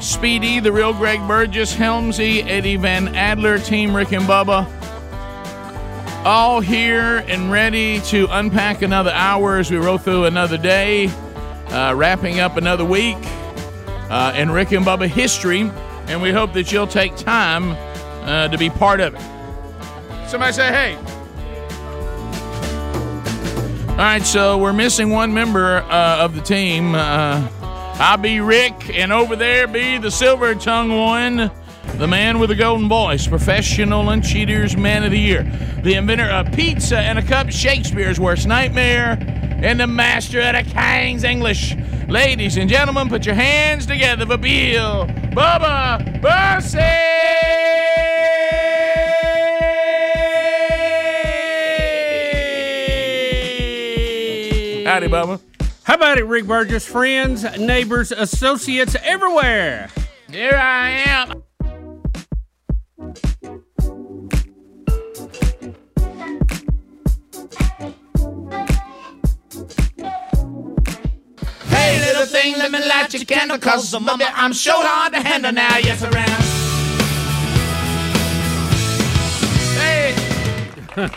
Speedy, the real Greg Burgess, Helmsy, Eddie Van Adler, Team Rick and Bubba. All here and ready to unpack another hour as we roll through another day, uh, wrapping up another week uh, in Rick and Bubba history. And we hope that you'll take time uh, to be part of it. Somebody say, hey. All right, so we're missing one member uh, of the team. Uh, I be Rick, and over there be the silver tongue one, the man with the golden voice, professional and cheaters man of the year, the inventor of pizza and a cup, Shakespeare's worst nightmare, and the master of the King's English. Ladies and gentlemen, put your hands together for Bill Bubba Bussey! Howdy, Bubba. How about it, Rick Burgess? Friends, neighbors, associates everywhere. Here I am. Hey, little thing, let me light your candle, cause the mummy I'm short on the handle now, yes, I am.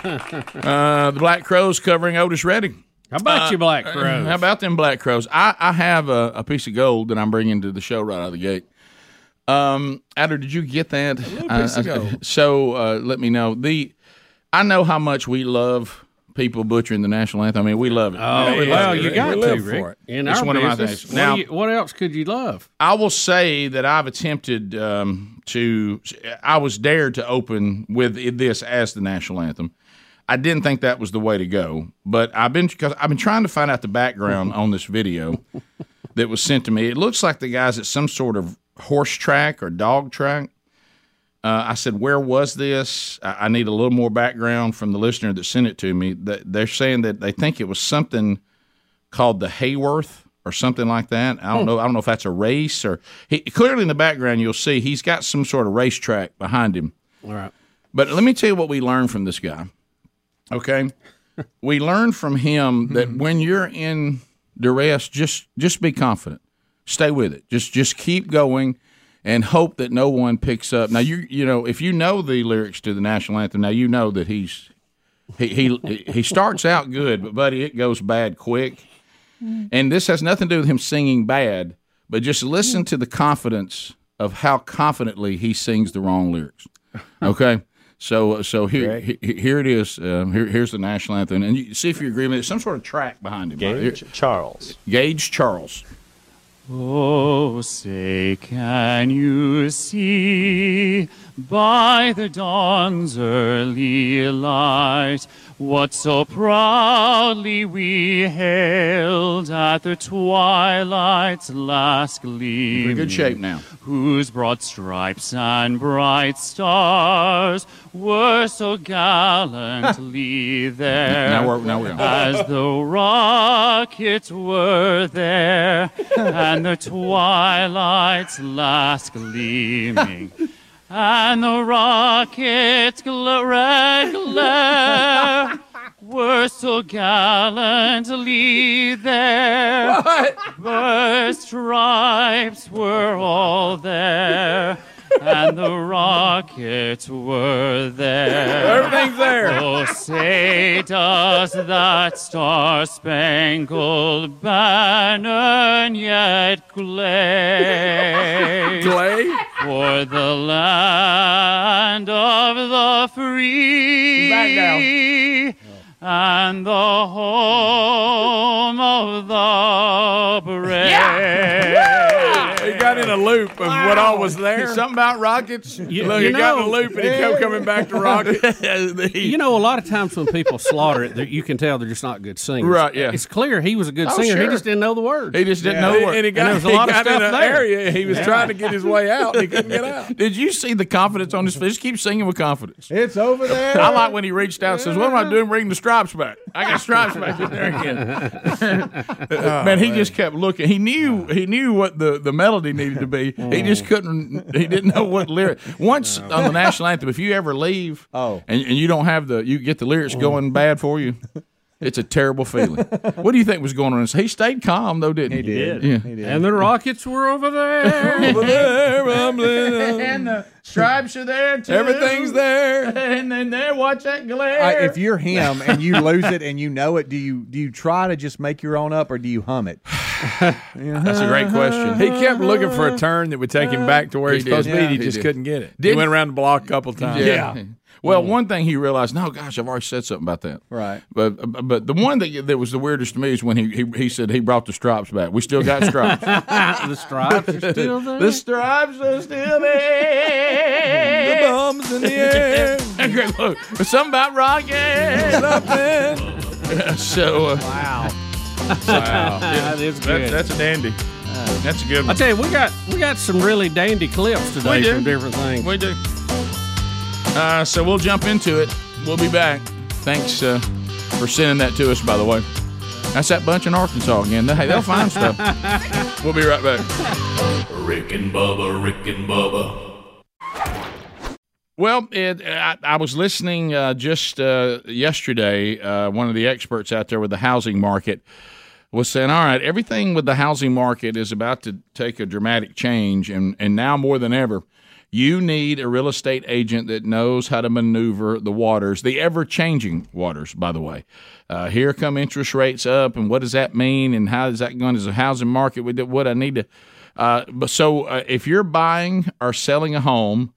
Hey! uh, the Black Crows covering Otis Redding. How Uh, about you, Black Crows? How about them black crows? I, I have a, a piece of gold that I'm bringing to the show right out of the gate. Um, Adder, did you get that? piece I- of I- gold. So uh, let me know. The I know how much we love people butchering the national anthem. I mean, we love it. oh, well, you it. got We to, live Rick. for it. In It's our one of my business, things. what, Now- do you- what else could you love? I will say that I've attempted um, to, I was dared to open with i- this as the national anthem. I didn't think that was the way to go, but I've been because I've been trying to find out the background on this video that was sent to me. It looks like the guys at some sort of horse track or dog track. Uh, I said, "Where was this?" I, I need a little more background from the listener that sent it to me. That they're saying that they think it was something called the Hayworth or something like that. Hmm. I don't know. I don't know if that's a race or he, clearly in the background you'll see he's got some sort of racetrack behind him. All right. But let me tell you what we learned from this guy. Okay, we learned from him that Hmm. when you're in duress, just just be confident, stay with it, just just keep going, and hope that no one picks up. Now you you know if you know the lyrics to the national anthem, now you know that he's he he he starts out good, but buddy, it goes bad quick. And this has nothing to do with him singing bad, but just listen to the confidence of how confidently he sings the wrong lyrics. Okay. So, uh, so here, he- he- here it is. Um, here, here's the national anthem, and you see if you agree with me. There's some sort of track behind him. right? Gage Here- Charles. Gage Charles. Oh, say, can you see by the dawn's early light what so proudly we hailed at the twilight's last We're gleaming? in good shape now. whose broad stripes and bright stars were so gallantly there. Now we're- now we're on. As the rockets were there, and the twilight's last gleaming. And the rocket's gl- red glare were so gallantly there. Their stripes were all there, and the rockets were there. Everything's there. Oh, say does that star-spangled banner yet glare? Clay. For the land of the free Back and the home of the brave. He got in a loop of what all was there. Something about rockets. You, Look, you he got in a know- loop and he kept coming back to Rocket. You know, a lot of times when people slaughter it, they're- you can tell they're just not good singers. Right, yeah. It's clear he was a good Oh, singer. He sure. just didn't know the words. He just didn't know and where. he got, there was a he lot of got stuff in an there. area. He was trying to get his way out. And he couldn't get out. Did you see the confidence on his face? Just keep singing with confidence. It's over there. I like when he reached out and says, What am I doing bringing the stripes back? I got stripes back in there again. man, he just kept looking. He knew he knew what the, the melody needed to be. He just couldn't he didn't know what lyric once on the national anthem, if you ever leave Oh. and, and you don't have the you get the lyrics going bad for you, it's a terrible feeling. what do you think was going on? He stayed calm though, didn't he? He did. Yeah. He did. and the rockets were over there. And the stripes are there too. Everything's there. and then there, watch that glare. I, if you're him and you lose it and you know it, do you do you try to just make your own up or do you hum it? That's a great question. He kept looking for a turn that would take him back to where He he's supposed to did. be. and He Yeah. just He did. couldn't get it. He Did- went around the block a couple times. Well, one thing he realized, no, gosh, I've already said something about that. Mm. Right. But but the one that, that was the weirdest to me is when he, he he said he brought the stripes back. We still got stripes. the stripes are still there. the stripes are still there. Thumbs in the air. Great look. Something about rockets. Nothing. so uh, wow, that is good. that's a dandy. That's a good I one. tell you, we got we got some really dandy clips today We do. from different things. We do. Uh, so we'll jump into it. We'll be back. Thanks uh, for sending that to us, by the way. That's that bunch in Arkansas again. Hey, they'll find stuff. We'll be right back. Rick and Bubba, Rick and Bubba, Well, it, I, I was listening uh, just uh, yesterday. Uh, one of the experts out there with the housing market was saying, all right, everything with the housing market is about to take a dramatic change, and, and now more than ever, you need a real estate agent that knows how to maneuver the waters, the ever changing waters, by the way. Uh, here come interest rates up, and what does that mean, and how is that going to the housing market? With it? what I need to. Uh, but so uh, if you're buying or selling a home,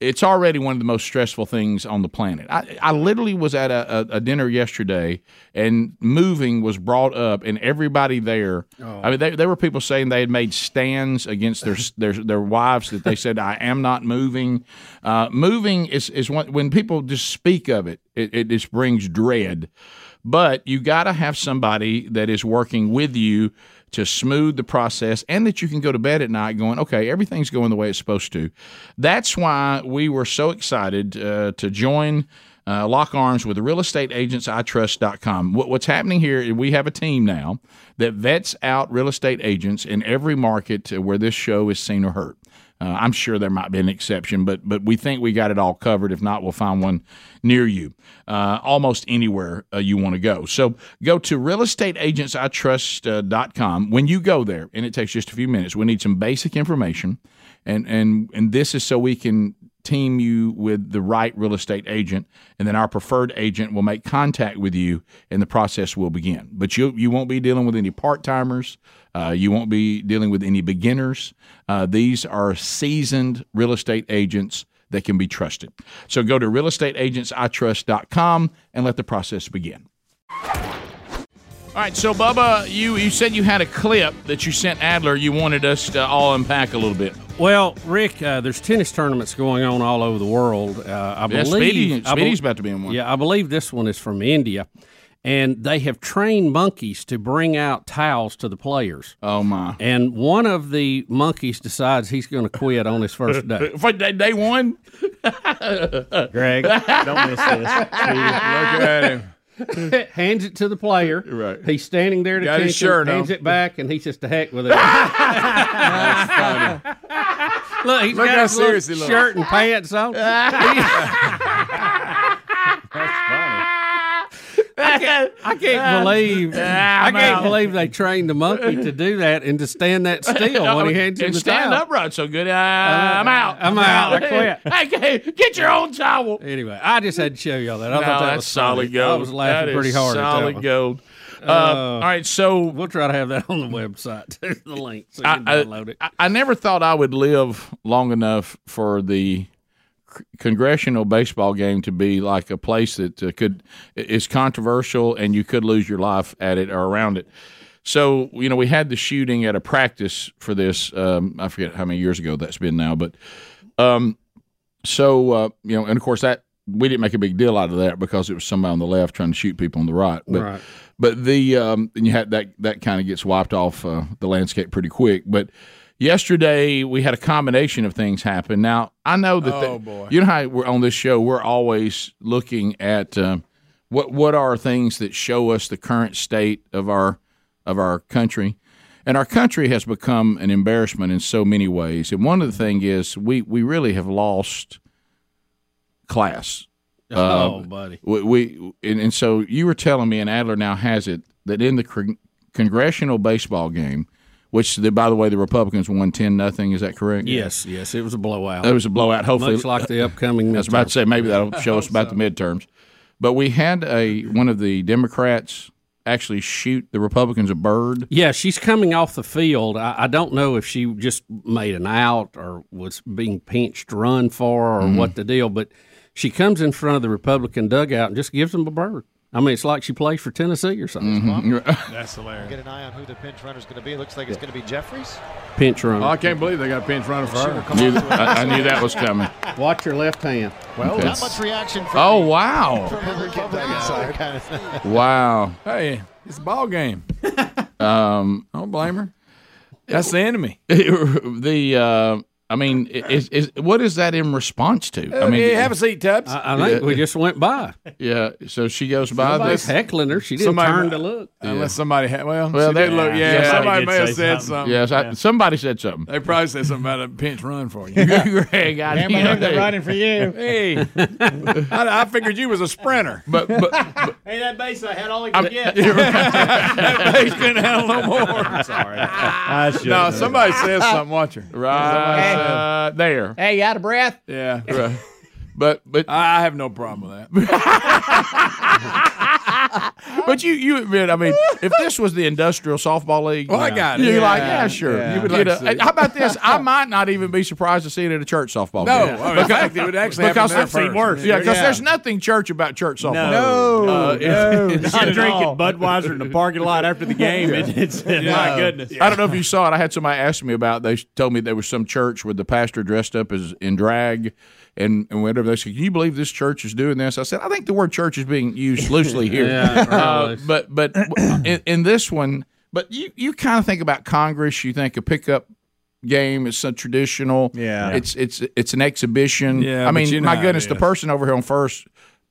it's already one of the most stressful things on the planet. I, I literally was at a, a, a dinner yesterday and moving was brought up, and everybody there. I mean, they, there were people saying they had made stands against their their their wives that they said, "I am not moving." Uh, moving is is one, when people just speak of it, it, it just brings dread. But you got to have somebody that is working with you to smooth the process and that you can go to bed at night going, okay, everything's going the way it's supposed to. That's why we were so excited uh, to join. Uh, lock arms with realestateagentsitrust.com. What, what's happening here is we have a team now that vets out real estate agents in every market uh, where this show is seen or heard. Uh, I'm sure there might be an exception, but but we think we got it all covered. If not, we'll find one near you, uh, almost anywhere uh, you want to go. So go to realestateagentsitrust.com. When you go there, and it takes just a few minutes, we need some basic information, and and and this is so we can team you with the right real estate agent, and then our preferred agent will make contact with you, and the process will begin. But you you won't be dealing with any part timers. Uh, you won't be dealing with any beginners. Uh, these are seasoned real estate agents that can be trusted. So go to realestateagentsitrust.com and let the process begin. All right, so Bubba, you, you said you had a clip that you sent Adler. You wanted us to all unpack a little bit. Well, Rick, uh, there's tennis tournaments going on all over the world. Uh, I Yeah, believe Speedy, I bel- Speedy's about to be in one. Yeah, I believe this one is from India, and they have trained monkeys to bring out towels to the players. Oh my! And one of the monkeys decides he's going to quit on his first day. For day, day one, Greg, don't miss this. Look at him. hands it to the player. Right. He's standing there to Got his shirt on. hands it back, and he says, "To heck with it." Look, he's got how his little serious he looks. shirt and pants on. That's funny. can't, I Ah. can't believe I can't believe they trained the monkey to do that and to stand that still when he hands him Oh, and the stand towel. upright so good. Uh, I'm out. I'm out. I quit. Hey, hey, get your own towel. Anyway, I just had to show y'all that. I thought No, that that's was solid funny. gold. I was laughing That is pretty hard. at that Solid one. gold. Uh, all right, so We'll try to have that on the website too. The link so you I, can download I, it. I- I never thought I would live long enough for the c- congressional baseball game to be like a place that uh, could is controversial and you could lose your life at it or around it. So you know, we had the shooting at a practice for this. Um, I forget how many years ago that's been now, but um, so uh, you know, and of course that we didn't make a big deal out of that because it was somebody on the left trying to shoot people on the right. But Right. but the um, and you had that that kind of gets wiped off uh, the landscape pretty quick. But yesterday we had a combination of things happen. Now I know that the- Oh, boy. you know how we're on this show. We're always looking at um what what are things that show us the current state of our of our country. And our country has become an embarrassment in so many ways. And one of the thing is we, we really have lost class Uh, oh, buddy. we, we and, and so you were telling me, and Adler now has it that in the con- congressional baseball game, which the, by the way the Republicans won ten nothing. Is that correct? Yes, yes, it was a blowout. that was a blowout. Hopefully, Much like the upcoming. I was midterm. about to say maybe that'll show us about the midterms. But we had a one of the Democrats actually shoot the Republicans a bird. Yeah, she's coming off the field. I, I don't know if she just made an out or was being pinched run for or Mm-hmm. what the deal, but she comes in front of the Republican dugout and just gives them a bird. I mean, it's like she played for Tennessee or something. Mm-hmm. That's hilarious. Get an eye on who the pinch runner is going to be. Looks like it's going to be Jeffries. Pinch run. I can't believe they got a pinch runner for her. Knew- I, I knew that was coming. Watch your left hand. Well, Okay. not much reaction from Oh the, wow, from the Republican side. Kind of thing. wow. Um, Hey, it's a ball game. um, I don't blame her. That's the enemy. the uh, I mean, is, is what is that in response to? I mean, hey, Uh, have a seat, Tubbs. I, I think we just went by. Yeah, so she goes by Nobody's this. heckling her. She didn't Somebody- turn to look. Unless somebody had, well, Well, well they- they look, yeah, Yeah, somebody somebody did may have say said something. something. Yes, I, somebody said something. They probably said something about a pinch run for you. Greg, I you know, hey, for you. hey, I, I figured you was a sprinter. but, but, but Hey, that base I had all he could get. He's couldn't handle no more. Sorry. I should. No, somebody says something. Watch her. right Uh, there, Hey, you out of breath? Yeah, Right. but but I I have no problem with that. but you you admit, I mean, if this was the industrial softball league, Well, I got it. You're Yeah. like, yeah, sure. Yeah. You would You like know, to see. How about this? I might not even be surprised to see it at a church softball No, game. oh, in fact, it would actually happen Because there I've seen first. worse. Yeah, Uh, because there's nothing church about church softball. No, no, I'm drinking Budweiser in the parking lot after the game. It, it's my goodness. I don't know if you saw it. I had somebody ask me about. They told me there was some church where the pastor dressed up as in drag, and and whatever. They said, "Can you believe this church is doing this?" I said, "I think the word church is being used loosely here, uh, but but in, in this one, but you you kind of think about Congress. You think a pickup game. It's a traditional. Yeah. It's it's it's an exhibition. Yeah, I but mean, you know my how it goodness, the is. person over here on first.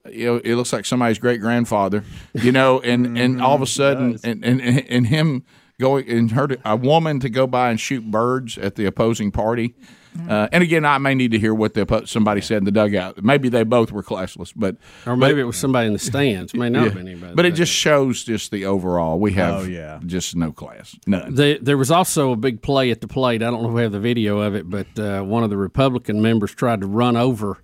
You know, it looks like somebody's great grandfather. You know, and and all of Mm-hmm. a sudden, and, and and him going and her a woman to go by and shoot birds at the opposing party. Mm-hmm. Uh, and again, I may need to hear what the oppo- somebody said in the dugout. Maybe they both were classless, but Or maybe it was somebody in the stands. May not have been anybody. but it there. just shows just the overall. We have Oh, yeah. just no class, none. The, there was also a big play at the plate. I don't know if we have the video of it, but uh, one of the Republican members tried to run over.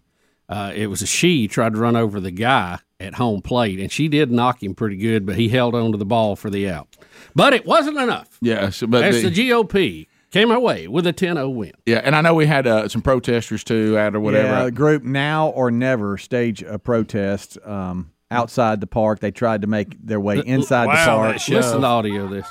Uh, it was a she tried to run over the guy at home plate, and she did knock him pretty good, but he held on to the ball for the out. But it wasn't enough. yeah, so, but As the- the GOP came away with a 10 0 win. Yeah, and I know we had uh, some protesters too out or whatever. Yeah, the group now or never stage a protest um, outside the park. They tried to make their way inside the park. Listen to the audio of this.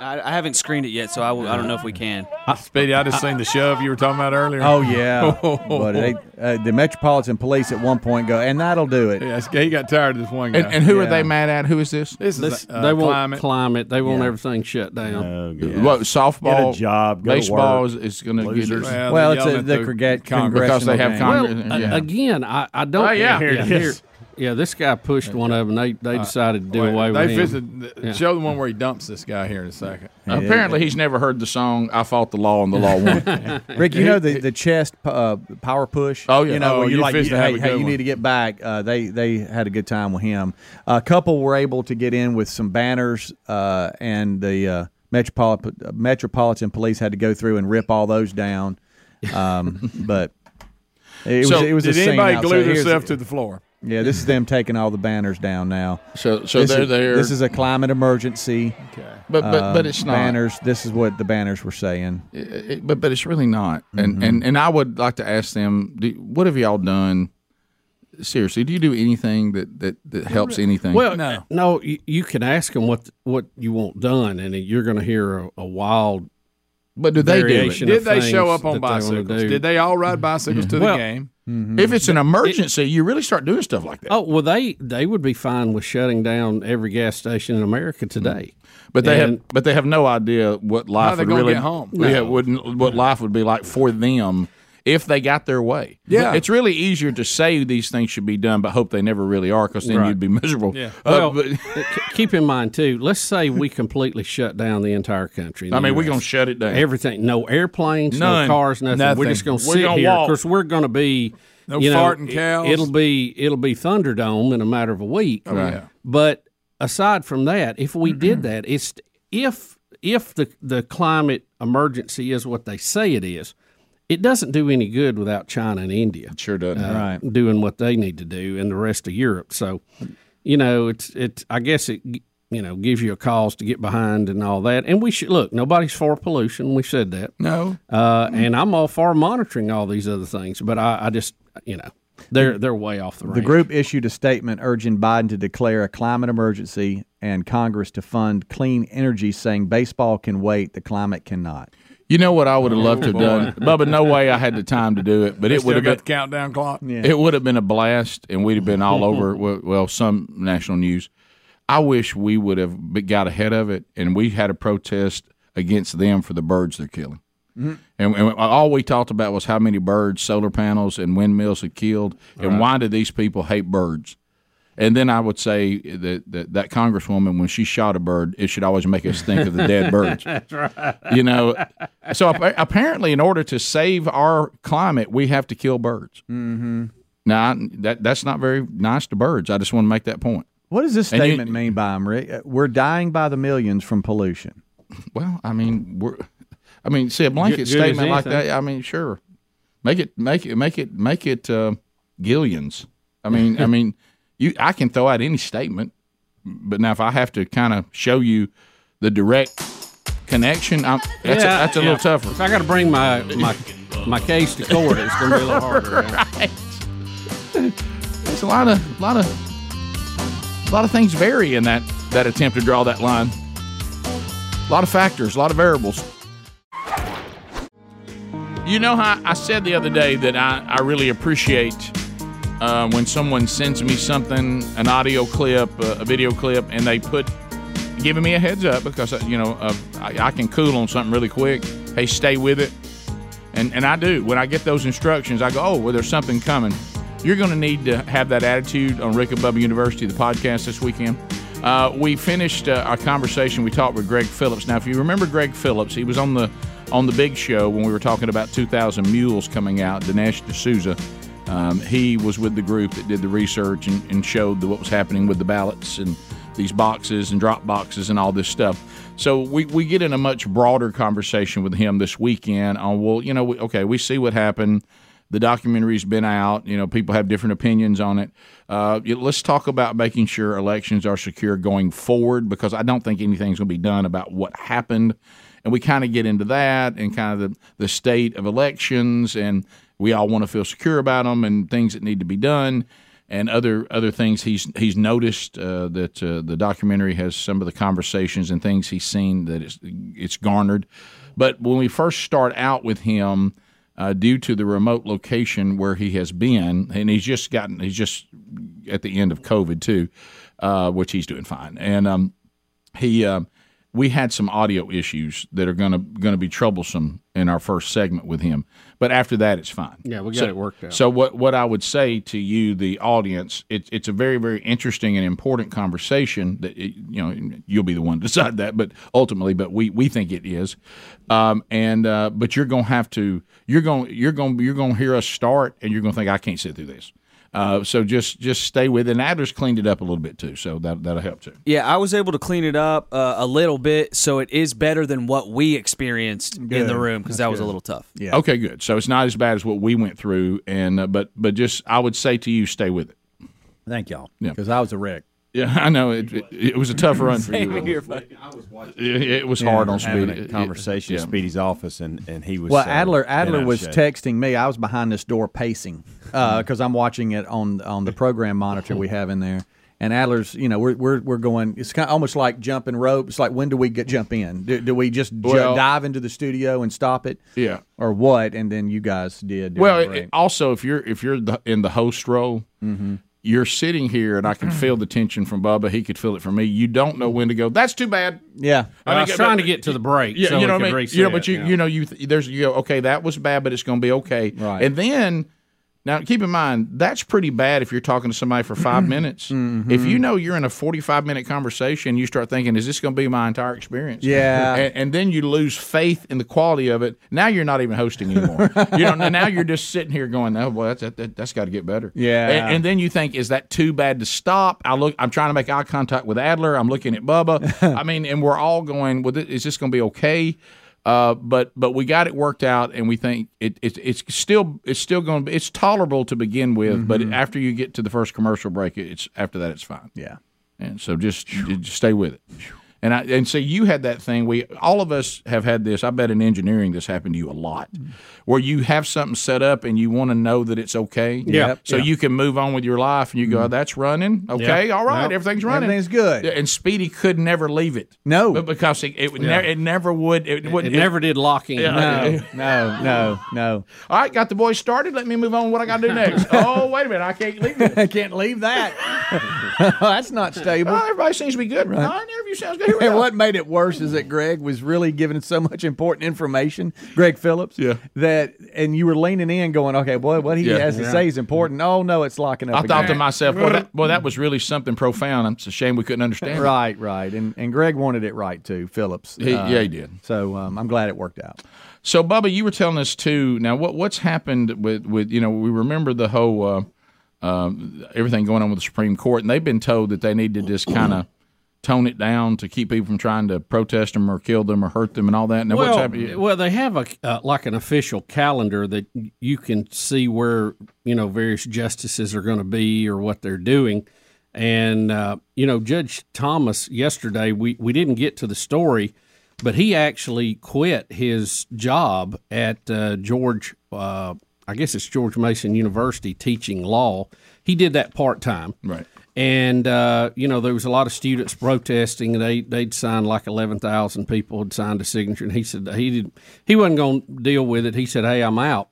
I, I haven't screened it yet, so I, will, I don't know if we can. Speedy, I just seen the shove you were talking about earlier. Oh yeah, but they, uh, the Metropolitan Police at one point go, and that'll do it. yeah, he got tired of this one guy. and, and who are Yeah. they mad at? Who is this? this is This- uh, they want climate. climate. They want everything shut down. What softball? Get a job, go to baseball work. is, is going to get Losers. us. Well, they're it's a- yelling at the congre- Congress. because they have Congressional Congress. Well, a- yeah. again, I, I don't. Oh, yeah. Here it here- is. Yeah, this guy pushed one of them. They they Uh, decided to do wait, away they with him. visited- th- Show the one where he dumps this guy here in a second. Apparently, he's never heard the song "I Fought the Law and the Law Won." Rick, you know the the chest uh, power push. Oh, yeah. you know Oh, where you you like you, fist to have hey, a hey, good you one. need to get back. Uh, they they had a good time with him. A couple were able to get in with some banners, uh, and the uh, metropolitan metropolitan police had to go through and rip all those down. Um, but it So, was it was a did scene anybody outside. glue Here's- themselves to the floor? Yeah, this is them taking all the banners down now. So- so This they're is- there- This is a climate emergency. Um, Okay, But- but- but it's not. banners. This is what the banners were saying. It- but but it's really not. And and and I would like to ask them, do, what have y'all done? Seriously, do you do anything that that, that helps anything? Well, no, no. You, you can ask them what what you want done, and you're going to hear a, a wild. But do they do it? variation of Did they show things up on that they wanna bicycles? do. Did they all Mm-hmm. ride bicycles to Well, the game? if it's an emergency, you really start doing stuff like that. Oh well, they they would be fine with shutting down every gas station in America today. Hmm. But they And- have but they have no idea what life they would gonna really get home? Yeah, No. wouldn't what life would be like for them if they got their way. Yeah. it's really easier to say these things should be done, but hope they never really are, because then Right. you'd be miserable. Yeah. Uh, Well, but- k- keep in mind too. Let's say we completely shut down the entire country. I mean, we're US. gonna shut it down. Everything. No airplanes. None. No cars. Nothing. Nothing. We're just gonna We're sit gonna here. walk. Of course, we're gonna be. No you know, farting cows. It, will be it'll be Thunderdome in a matter of a week. Right. Oh, yeah. But aside from that, if we did that, it's if if the the climate emergency is what they say it is, it doesn't do any good without China and India Uh, Sure doesn't. Right. doing what they need to do and the rest of Europe. So, you know, it's it. I guess it you know gives you a cause to get behind and all that. And we should look. Nobody's for pollution. We said that. No. Uh, Mm-hmm. and I'm all for monitoring all these other things, but I, I just you know they're they're way off the The range. group issued a statement urging Biden to declare a climate emergency and Congress to fund clean energy, saying baseball can wait, the climate cannot. You know what I Oh, would have loved to have done, Bubba? No way I had the time to do it, but it Still would have got been the countdown clock. it would have been a blast, and we'd have been all over. well- Well, some national news. I wish we would have be- got ahead of it, and we had a protest against them for the birds they're killing. Mm-hmm. And, and all we talked about was how many birds solar panels and windmills had killed, and why do these people hate birds? And then I would say that, that that congresswoman, when she shot a bird, it should always make us think of the dead birds. That's right. You know, so appa- apparently, in order to save our climate, we have to kill birds. Mm-hmm. Now I- that that's not very nice to birds. I just want to make that point. What does this And you- statement mean by them, Rick? Uh, We're dying by the millions from pollution. Well, I mean, we're, I mean, see a blanket Good- good as statement like anything. that. I mean, sure, make it, make it, make it, make it uh, gillions. I mean, I mean, you, I can throw out any statement, but now if I have to kind of show you the direct connection, I'm, that's a, that's a yeah. little tougher. If I got to bring my my my case to court, it's going to be a little harder. yeah. It's a lot of, lot of, a lot of things vary in that that attempt to draw that line. A lot of factors, a lot of variables. You know how I said the other day that I, I really appreciate uh, when someone sends me something, an audio clip, a, a video clip, and they put giving me a heads up because uh, you know uh, I, I can cool on something really quick. Hey, stay with it, and and I do. When I get those instructions, I go, oh, well, there's something coming. You're going to need to have that attitude on Rick and Bubba University, the podcast this weekend. Uh, we finished uh, our conversation. We talked with Greg Phillips. Now, if you remember Greg Phillips, he was on the on the big show when we were talking about 2,000 Mules coming out. Dinesh D'Souza um, he was with the group that did the research and, and showed the, what was happening with the ballots and these boxes and drop boxes and all this stuff. So we, we get in a much broader conversation with him this weekend on, well, you know, we, okay, we see what happened. The documentary's been out. You know, people have different opinions on it. Uh, yeah, let's talk about making sure elections are secure going forward because I don't think anything's going to be done about what happened and we kind of get into that and kind of the, the state of elections and we all want to feel secure about them and things that need to be done and other other things he's he's noticed uh, that uh, the documentary has some of the conversations and things he's seen that it's it's garnered but when we first start out with him uh, due to the remote location where he has been and he's just gotten he's just at the end of covid too uh, which he's doing fine and um, he um, we had some audio issues that are gonna gonna be troublesome in our first segment with him. But after that, it's fine. Yeah, we got so, it worked out. So what what I would say to you, the audience, it's it's a very very interesting and important conversation that it, you know you'll be the one to decide that, but ultimately, but we we think it is, um, and uh, but you're gonna have to you're gonna you're gonna you're gonna hear us start, and you're gonna think I can't sit through this. Uh, so just just stay with it. And Adler's cleaned it up a little bit too, so that that'll help too. Yeah, I was able to clean it up uh, a little bit, so it is better than what we experienced in Good. the room because That's that was good. a little tough. Okay, good. So it's not as bad as what we went through, and uh, but but just I would say to you, stay with it. Thank y'all. Yeah. Because I was a wreck. Yeah, I know it. It, it was a tough run for Same you. here, buddy. It, it was Yeah, hard on having Speedy. a conversation in Yeah. Speedy's office, and, and he was Well, so Adler in Adler out of was shape. texting me. I was behind this door pacing because I'm watching it on on the program monitor we have in there. And Adler's, you know, we're we're, we're going. It's kind of almost like jumping rope. It's like when do we get jump in? Do, do we just ju- Well- dive into the studio and stop it? Yeah. or what? And then you guys did. during Well, the it- break. it- also if you're if you're the, in the host role, Mm-hmm. you're sitting here, and I can feel the tension from Bubba. He could feel it from me. You don't know when to go. That's too bad. yeah. I, was mean, trying but- to get to the break. Yeah, so you know we what could I mean. reset, You know, but you yeah. you know you th- there's you go okay that was bad, but it's going to be okay. Right. And then now keep in mind that's pretty bad if you're talking to somebody for five minutes. Mm-hmm. If you know you're in a 45 minute conversation, you start thinking, is this going to be my entire experience? Yeah. And, and then you lose faith in the quality of it. Now you're not even hosting anymore. you know. Now you're just sitting here going, oh boy, that's that, that's got to get better. Yeah. And, and then you think, is that too bad to stop? I look. I'm trying to make eye contact with Adler. I'm looking at Bubba. I mean, and we're all going, well, th- is this going to be okay? Uh, but but we got it worked out, and we think it, it it's still it's still going to be it's tolerable to begin with, but after you get to the first commercial break, it's after that it's fine. Yeah, and so just, just stay with it. And I and so you had that thing. We all of us have had this. I bet in engineering this happened to you a lot, where you have something set up and you want to know that it's okay. Yeah. So Yeah. you can move on with your life, and you go, "That's running, okay, Yeah. all right, Yep. everything's running, Everything's good." Yeah, And Speedy could never leave it. No, but because it it, would Yeah. ne- it never would. It, it never did lock in. no, no, no, no. All right, got the boys started. Let me move on. to What I got to do next? oh, wait a minute, I can't leave this. I can't leave that. That's not stable. Oh, everybody seems to be good. Right. Oh, interview sounds good. Here we and go. what made it worse is that Greg was really giving so much important information, Greg Phillips, yeah. that and you were leaning in going, okay, boy, what he Yeah. has to Yeah. say is important. Oh no, it's locking up. I thought to again. myself, well that, boy, that was really something profound. It's a shame we couldn't understand. it. right, right, and and Greg wanted it right too, Phillips. Uh, He- yeah, he did. So um, I'm glad it worked out. So, Bubba, you were telling us too. Now, what what's happened with with you know we remember the whole uh, um, everything going on with the Supreme Court, and they've been told that they need to just kind of tone it down to keep people from trying to protest them or kill them or hurt them and all that. Now, well, what's happened? well, they have a uh, like an official calendar that you can see where you know various justices are going to be or what they're doing, and uh, you know Judge Thomas yesterday we we didn't get to the story, but he actually quit his job at uh, George. Uh, I guess it's George Mason University teaching law. He did that part time, right? and uh, you know there was a lot of students protesting. They they'd signed like eleven thousand people had signed a signature, and he said that he did he wasn't going to deal with it. He said, "Hey, I'm out."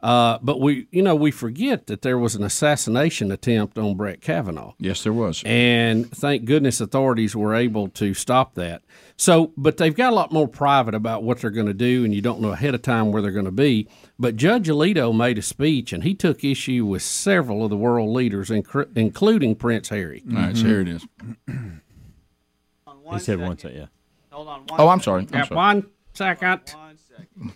Uh, but we you know we forget that there was an assassination attempt on Brett Kavanaugh. Yes, there was. And thank goodness authorities were able to stop that. So, but they've got a lot more private about what they're going to do, and you don't know ahead of time where they're going to be. But Judge Alito made a speech, and he took issue with several of the world leaders, incr- including Prince Harry. All right, so here it is. Mm-hmm. He said once, yeah. Hold on Oh, I'm sorry. I'm Got sorry. One second.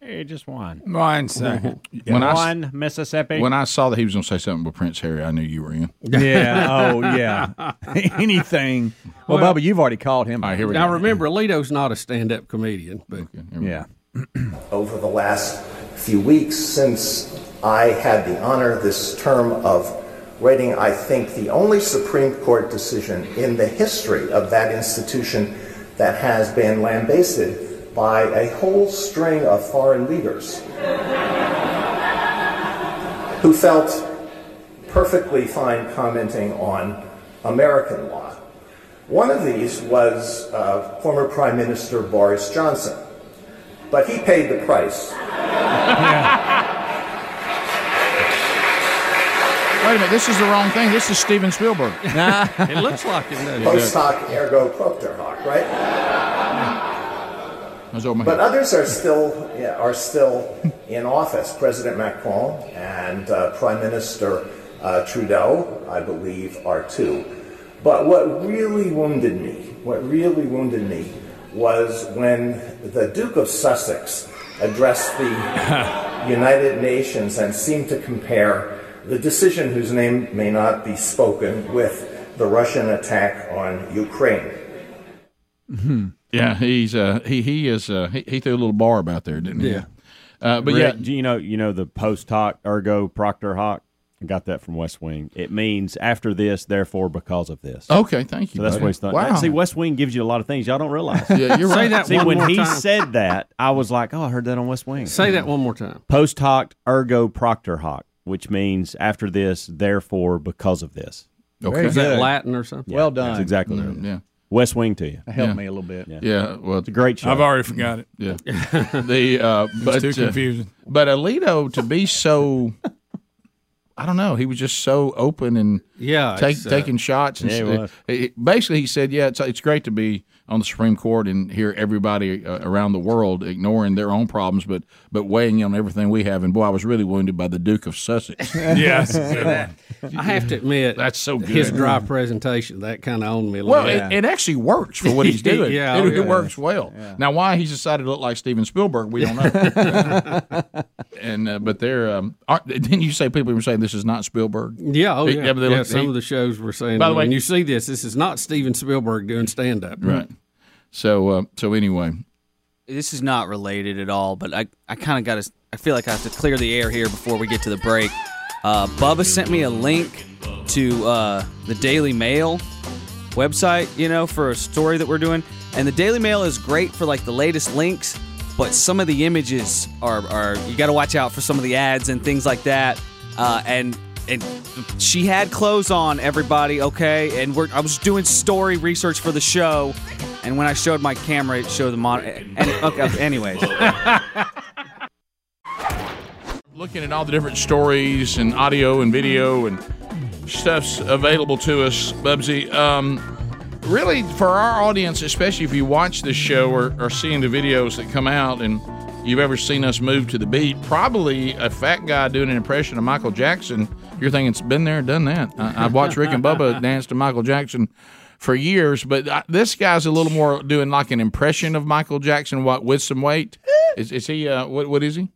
Hey, just one. One second. When I s- one Mississippi. When I saw that he was going to say something with Prince Harry, I knew you were in. Yeah. oh yeah. Anything. Well, Well- Bubba, you've already called him. All right, here we Now go. remember, Alito's not a stand-up comedian, but Yeah. over the last few weeks since I had the honor this term of writing, I think, the only Supreme Court decision in the history of that institution that has been lambasted by a whole string of foreign leaders who felt perfectly fine commenting on American law. One of these was uh, former Prime Minister Boris Johnson, but he paid the price. Wait a minute, this is the wrong thing. This is Steven Spielberg. it looks like it. doesn't it? Post hoc ergo propter hoc, right? But others are still yeah, are still in office. President Macron and uh, Prime Minister uh, Trudeau, I believe, are too. But what really wounded me, what really wounded me, was when the Duke of Sussex addressed the United Nations and seemed to compare the decision, whose name may not be spoken, with the Russian attack on Ukraine. Hmm. Yeah, he's uh, he he is uh, he, he threw a little barb out there, didn't he? Uh, but Rick, yeah, do you know you know the post hoc ergo proctor hoc. I got that from West Wing. It means after this, therefore because of this. Okay, thank you, So that's buddy. what he's done. Wow. See, West Wing gives you a lot of things y'all don't realize. Yeah, you're right. Say that See, one when more he time. said that, I was like, oh, I heard that on West Wing. Say that one more time. Post hoc ergo proctor hoc, which means after this, therefore because of this. Okay. Mm, Is that Latin or something? Yeah, That's exactly. what it is. yeah. West Wing to you. That helped me a little bit. Yeah. Yeah, well, it's a great show. I've already forgot it. Yeah. the uh, It's but too uh, confusing. but Alito to be so, I don't know. He was just so open and Yeah, take, it's, uh, taking shots. And Yeah, he s- was. he- he- basically, he said, "Yeah, it's it's great to be on the Supreme Court and hear everybody uh, around the world ignoring their own problems, but but weighing in on everything we have." And boy, I was really wounded by the Duke of Sussex. Yes. I have to admit, that's so good. His dry presentation that kind of owned me. A little Well, bit. it, it actually works for what he's doing. Yeah, it, oh, it yeah. works well. Now, why he's decided to look like Steven Spielberg, we don't know. and uh, but they're um, aren't, didn't you say people were saying this is not Spielberg? Yeah, oh yeah. but they Yeah, look- some he- of the shows were saying. By the way- when you see this, this is not Steven Spielberg doing Mm. stand up, right. So uh, so anyway, This is not related at all, but I, I kind of got to. I feel like I have to clear the air here before we get to the break. Uh, Bubba sent me a link to uh, the Daily Mail website, you know, for a story that we're doing, and the Daily Mail is great for like the latest links, but some of the images are are you got to watch out for some of the ads and things like that, uh, and. And she had clothes on, everybody, okay? And we're, I was doing story research for the show, and when I showed my camera, it showed the monitor. And, okay, anyways. looking at all the different stories and audio and video and stuff's available to us, Bubsy. Um, really, for our audience, especially if you watch this show or, or seeing the videos that come out and you've ever seen us move to the beat, probably a fat guy doing an impression of Michael Jackson, you're thinking, it's been there, done that. I, I've watched Rick and Bubba dance to Michael Jackson for years, but I, this guy's a little more doing like an impression of Michael Jackson what, with some weight. Is, is he, uh, what, what is he?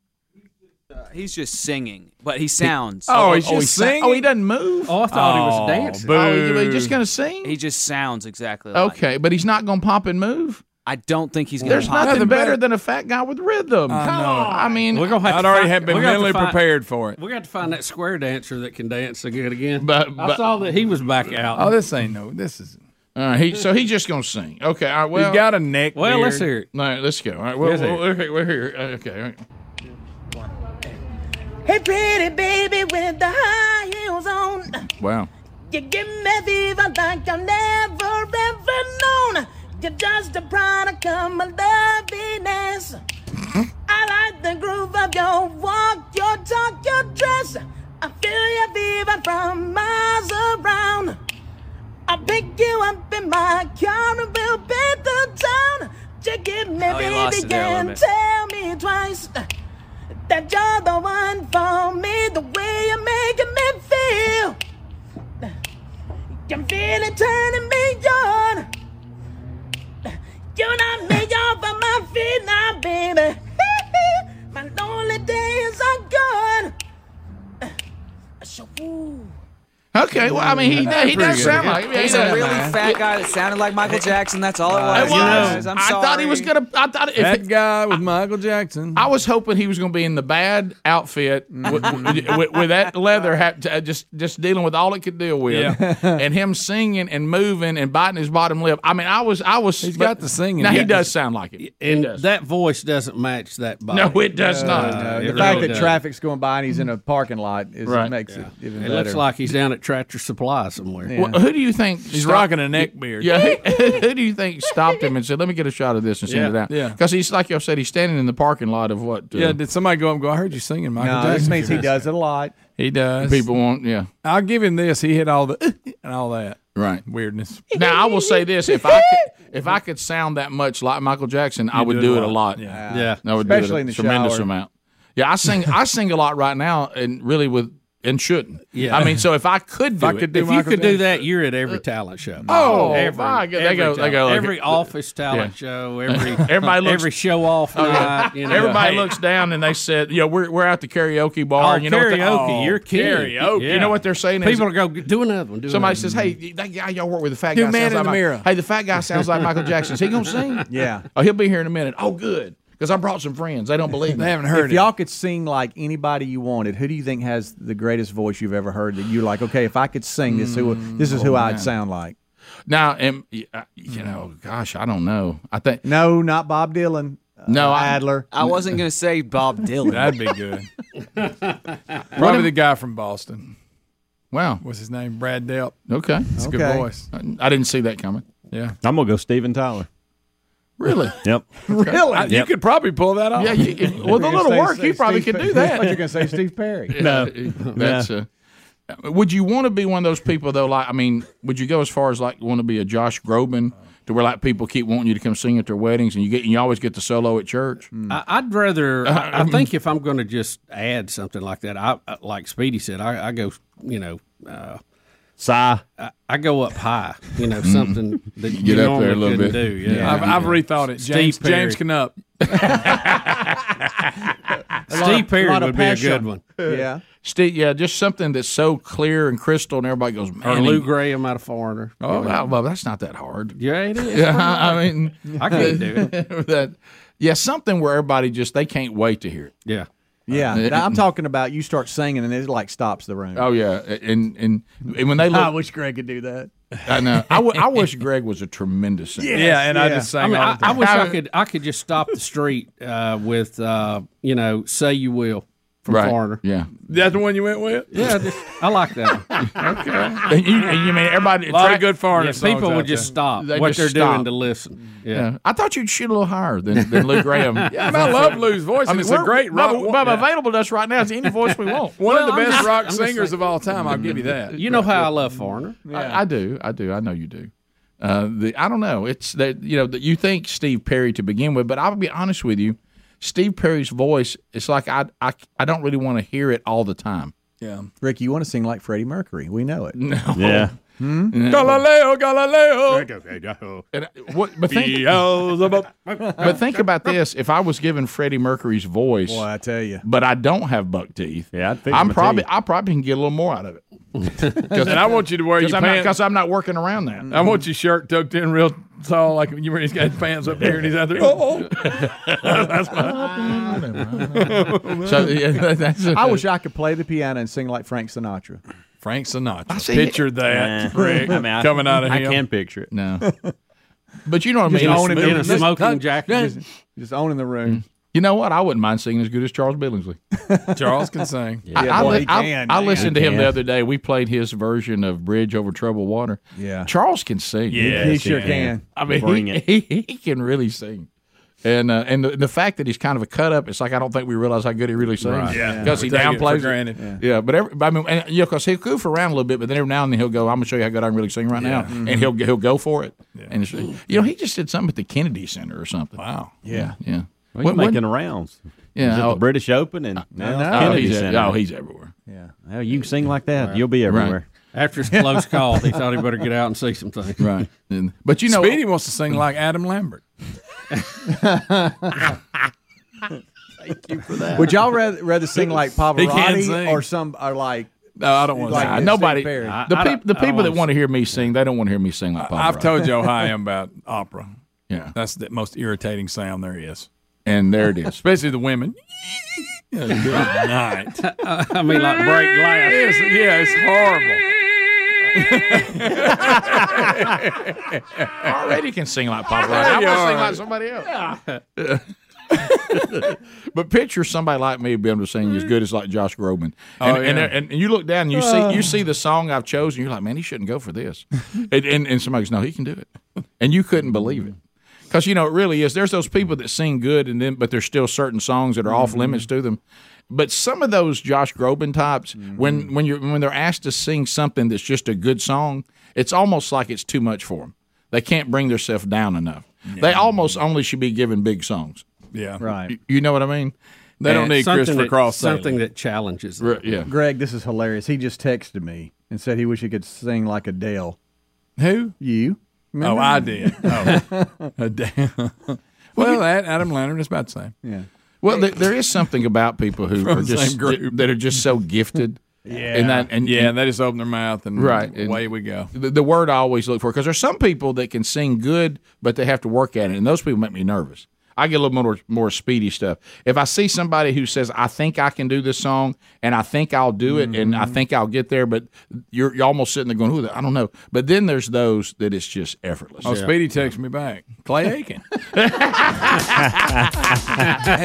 He's just singing, but he sounds. Oh, he's just singing? Oh, he doesn't move? Oh, I thought he was dancing. Oh, he- he just gonna sing? He just sounds exactly. Like Okay, but he's not going to pop and move. I don't think he's gonna. There's pop. nothing, better, than a fat guy with rhythm. Come on, I mean, we're Oh, gonna I'd already have been mentally prepared for it. We got to find that square dancer that can dance so good again. But, I but- saw that he was back out. Oh, this ain't no. This is. All right, he, so he's just going to sing. Oh, Okay, all right, well, He's got a neck Well, let's beard. hear it. All right, let's go. All right, well, Let's hear well, it. we're here. We're here. Uh, Okay, all right. Hey, pretty baby with the high heels on. wow. You give me fever like I've never ever known. You're just a product of my loveliness. I like the groove of your walk, your talk, your dress. I feel your fever from miles around. I'll pick you up in my car and we'll beat the town. You give me Oh, you lost baby it there a little and bit. tell me twice that you're the one for me, the way you're making me feel. You're feeling turning me on. You knock me off of my feet now, baby. my lonely days are gone. So, ooh. Okay, well, I mean, he, That's he does pretty sound good. like he He's does. a really fat guy that sounded like Michael Jackson. That's all it Uh, was. It was. guys. I'm I sorry. thought he was gonna. I thought if That guy was Michael Jackson. I was hoping he was gonna be in the bad outfit Mm-hmm. with, with, with that leather hat, to- just just dealing with all it could deal with, Yeah. and him singing and moving and biting his bottom lip. I mean, I was I was. He's got the singing. Now he Yeah. does sound like it. and that voice doesn't match that body. No, it does not. Uh, the it fact really that does. traffic's going by and he's in a parking lot is Right. makes it even It better. looks like he's down at Tractor Supply somewhere. Well, who do you think? He's rocking a neck beard. Yeah. Who, who do you think stopped him and said, "Let me get a shot of this and send Yeah, it out"? yeah. Because he's like y'all said, he's standing in the parking lot of what? uh, Yeah, did somebody go up and go, I heard you singing Michael No, Jackson? this means he Yes. does it a lot. He does. People want, yeah. I'll give him this. He hit all the and all that right weirdness. Now I will say this: if I could, if I could sound that much like Michael Jackson, I You'd would do it a lot. Yeah. Yeah. I would do Especially it a in the tremendous shower. amount. Yeah, I sing I sing a lot right now, and really with and shouldn't. Yeah. I mean, so if I could do if it, you could do that, you're at every talent show. Oh, every, my God. They every, go- they talent- go like- every office talent Yeah. show. Every everybody looks, every show off Oh, night. yeah. you know. everybody Hey, looks down and they said, "You know, we're we're out the karaoke bar. Oh, and you know what they- karaoke, oh, you're kidding. Karaoke. Yeah. You know what they're saying? People is, go do another one. Do somebody another says, one." "Hey, that guy y'all work with, the fat Do guy, Man sounds in like the Mi- Mirror. Hey, the fat guy sounds like Michael Jackson. Is he gonna sing? Yeah. Oh, he'll be here in a minute. Oh, good, because I brought some friends. They don't believe me. If y'all could sing like anybody you wanted, who do you think has the greatest voice you've ever heard? That you're like, okay, if I could sing this, who this is who Oh, I'd man. sound like? Now, and uh, Mm. you know, gosh, I don't know. I think no, not Bob Dylan. uh, No, I, Adler. I wasn't going to say Bob Dylan. That'd be good. What am- Probably the guy from Boston. Wow. What's his name? Brad Delp. Okay, It's a good voice. I, I didn't see that coming. Yeah, I'm gonna go Steven Tyler. Really? Yep. I- you Yep. could probably pull that off. Yeah, you could- You with a could little say- work, say you probably Steve could Pe- do that. I thought you were going to say Steve Perry. Yeah, that's uh Would you want to be one of those people though? Like, I mean, would you go as far as like want to be a Josh Groban to where like people keep wanting you to come sing at their weddings and you get and you always get the solo at church? Hmm. I, I'd rather. Uh, I, I think if I'm going to just add something like that, I I- like Speedy said, I, I go, you know, uh, sigh. I, I go up high, you know, something that you Mm-hmm. up there normally a little couldn't bit. do. Yeah, Yeah. I've- I've rethought it. Steve James, Perry. James Canup. Steve Perry would be a good one. Yeah. Steve, yeah, just something that's so clear and crystal, and everybody goes, man. Or Lou he- Gray, I'm not a foreigner. Oh, wow, well, that's not that hard. Yeah, it is. Yeah, I mean, I can't do it. that. Yeah, something where everybody just they can't wait to hear it. Yeah. Yeah, Uh, it- now I'm talking about you start singing and it like stops the room. Oh yeah, and and, and when they look, I wish Greg could do that. I know. I, w- I wish Greg was a tremendous singer. I, mean, I, I wish I could. I could just stop the street uh, with, uh, you know, "Say You Will" from Right. Foreigner. Yeah. That's the one you went with. Yeah, just, I like that. okay. And you, and you mean everybody? A lot of track- good foreigner Yeah, songs people out would just there. stop what they're doing to listen. Yeah. I thought you'd shoot a little higher than, than Lou Graham. Yeah, I mean, I love Lou's voice. It's a we're- great rock- Bubba, Bubba yeah. available to us right now is any voice we want. One of the best rock singers of all time. I'll give you that. You know how I love Foreigner. I, I do. I do. I know you do. Uh, the I don't know. It's that you know that you think Steve Perry to begin with, but I'll be honest with you, Steve Perry's voice. It's like I I, I don't really want to hear it all the time. Yeah. Rick, you want to sing like Freddie Mercury? We know it. No. Yeah. Hmm? Galileo, Galileo. And I- what, but, think, Beelzebub. but think about this: if I was given Freddie Mercury's voice, Boy, I tell you. but I don't have buck teeth, yeah, I'd I'm probably I probably can get a little more out of it. And I want you to wear your Because I'm, not- pants. 'cause I'm not working around that. I want your shirt tucked in real tall, like you were. He's got his pants up here and he's out there. Oh, oh. that's my. So, yeah, that's- I wish I could play the piano and sing like Frank Sinatra. Frank Sinatra. I see Picture it. that, Nah. Rick, I mean, I- coming out of I him. can picture it. No. But you know what I Just mean? own it. In a Just- smoking Just, jacket. just owning the room. You know what? I wouldn't mind singing as good as Charles Billingsley. Charles can sing. I, Yeah, I, boy, li- he I- can, I man. listened to He him the can. other day. We played his version of Bridge Over Troubled Water. Yeah. Charles can sing. Yes, He sure he can. can. I mean, Bring he, it. He, he can really sing. And uh, and the, the fact that he's kind of a cut up, it's like I don't think we realize how good he really sings. Right. Yeah. because We he take it for downplays granted. it. Yeah, but every, I mean, and, you know, because he'll goof around a little bit, but then every now and then he'll go, "I'm gonna show you how good I can really sing right now," Yeah. and he'll he'll go for it. And it's, you know, he just did something at the Kennedy Center or something. Wow. Yeah. Yeah. Well, he's What- what- making rounds. Yeah, He's at oh. the British Open and now it's know. Kennedy Oh, he's- Center. oh, he's everywhere. Yeah. Well, you can sing like that. You'll be everywhere. After his close call, he thought he better get out and see some things. Right. But you know- Mm. Speedy wants to sing like Adam Lambert. Thank you for that. Would y'all rather, rather sing like He can Pavarotti sing. or some or like? No, I don't want to. like Nah, Steve nobody. Perry? the peop- the people that want to hear me sing, they don't want to hear me sing like Pavarotti. I've told you how I am about opera. Yeah. That's the most irritating sound there is. And there it is. Especially the women. Good night. I mean, like break glass. It's, yeah, it's horrible. Already can sing like Pavarotti. There I you want to sing are. like somebody else. but picture somebody like me being able to sing as good as like Josh Groban. And, Oh, and, yeah. and you look down and you Oh. see you see the song I've chosen. You're like, man, he shouldn't go for this. and, and, and somebody goes, no, he can do it. And you couldn't believe it. because you know it really is. There's those people that sing good, and then but there's still certain songs that are off limits to them. But some of those Josh Groban types, when when you're when they're asked to sing something that's just a good song, it's almost like it's too much for them. They can't bring themselves down enough. They almost only should be given big songs. Yeah. You, you know what I mean? They don't need Christopher Cross. singing. that challenges them. Right, yeah. Greg, this is hilarious. He just texted me and said he wish he could sing like Adele. Who? You. Remember? Oh, I did. Oh. Adele. well, that Adam Leonard is about the same. Yeah. Well, there, there is something about people who From are the just same group. that are just so gifted. Yeah. and that and yeah, and- they just open their mouth and right. and away we go. The, the word I always look for because there's some people that can sing good, but they have to work at it, and those people make me nervous. I get a little more more speedy stuff. If I see somebody who says, "I think I can do this song, and I think I'll do it, and Mm-hmm. I think I'll get there," but you're, you're almost sitting there going, "Who? the- I don't know." But then there's those that it's just effortless. Oh, Speedy texts me back. Clay Aiken. hey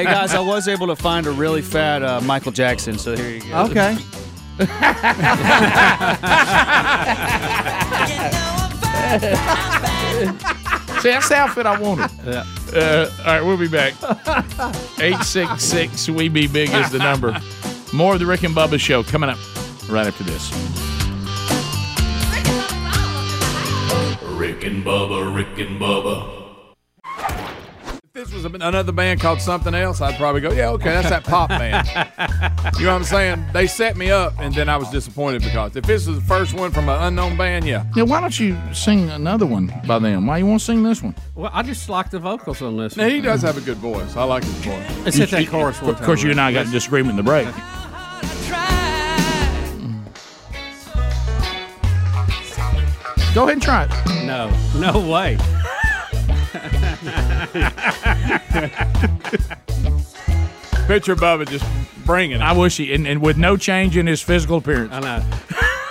guys, I was able to find a really fat uh, Michael Jackson, so here you go. Okay. See, that's the outfit I wanted. Uh, all right, we'll be back. 866 We Be Big is the number. More of the Rick and Bubba show coming up right after this. Rick and Bubba, Rick and Bubba. If this was a- another band called something else, I'd probably go, yeah, okay, that's that pop band. you know what I'm saying? They set me up, and then I was disappointed because if this was the first one from an unknown band, yeah. Now, why don't you sing another one by them? Why you want to sing this one? Well, I just like the vocals on this. Now, he does have a good voice. I like his voice. Let's hit that chorus one Of course, you and I got a disagreement in the break. Go ahead and try it. Mm. No, no way. Picture Bubba just bringing it. I wish he, and, and with no change in his physical appearance. I know.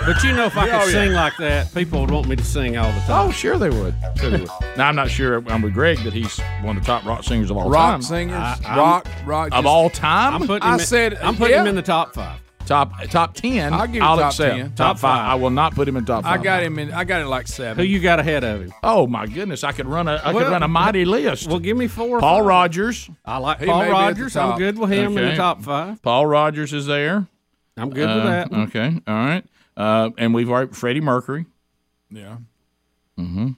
But you know, if I could Oh, yeah. sing like that, people would want me to sing all the time. Oh, sure they would. Sure they would. now, I'm not sure I'm with Greg that he's one of the top rock singers of all rock time. singers, I- I'm- rock, rock. Of all time? I'm putting I him in, said, I'm putting yeah. him in the top five. Top top ten. I'll give you I'll top accept. 10. Top Top five. five. I will not put him in top I five. got him in. I got it like seven. Who you got ahead of him? Oh my goodness! I could run a. I could Well- run a mighty list. Well, give me four. or Paul five. Rogers. I like He may Paul be at the Rogers. I'm top. good with him in Okay. the top five. Paul Rogers is there. I'm good Uh, with that. one. Okay. All right. Uh, and we've already Freddie Mercury. Mm-hmm. Yeah.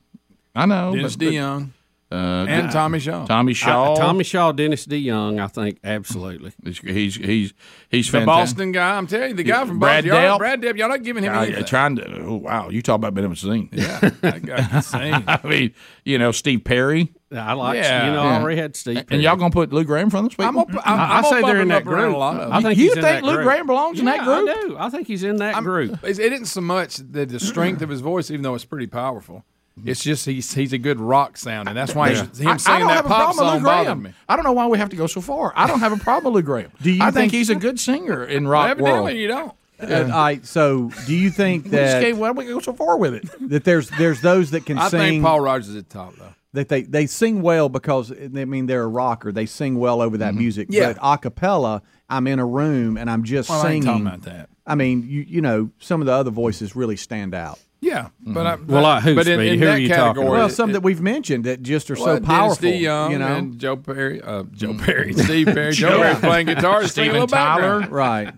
I know. Dennis but- but, DeYoung uh, and Tommy Shaw. Tommy Shaw. I- Tommy Shaw, Dennis DeYoung, I think absolutely. He's he's he's, he's the fantastic. Boston guy. I'm telling you, the guy from Brad Boston. Y'all, Delp. Brad Delp. Y'all not giving him I- anything. trying to. Oh wow! You talk about being obscene. yeah, that guy can sing. I mean, you know, Steve Perry. I like Yeah. you know Yeah. I already had Steve. And Perry. y'all gonna put Lou Graham from this week? I'm gonna, pu- I'm, I- I I'm say they're gonna bump in him that up around group. A lot of I them. think you he's in think that Lou group. Graham belongs in that Yeah, group? I do. I think he's in that group. It's- It isn't so much the, the strength of his voice, even though it's pretty powerful. It's just he's he's a good rock sound, and that's why Yeah. him singing that pop song bothered me. I don't know why we have to go so far. I don't have a problem with Lou Graham. Do you I think, think- he's a good singer in rock world. Evidently, you don't. Uh, all right. So, do you think We just gave, that why do we go so far with it? that there's there's those that can I sing think Paul Rogers is at the top though. that they they sing well because I mean they're a rocker. They sing well over Mm-hmm. that music. Yeah. But a cappella, I'm in a room and I'm just Well, I ain't singing. talking about that. I mean, you you know, some of the other voices really stand out. Yeah, but I, Mm-hmm. Well, like who, but in, Speedy? in Who that are you talking category, about? Well, it- some it- that we've mentioned that just are well, so Dennis powerful. DeYoung you know, and Joe Perry, uh, Joe Perry, Steve Perry, Joe Joe. Perry's playing guitar, Mm. singing a Steven little background. Tyler. right?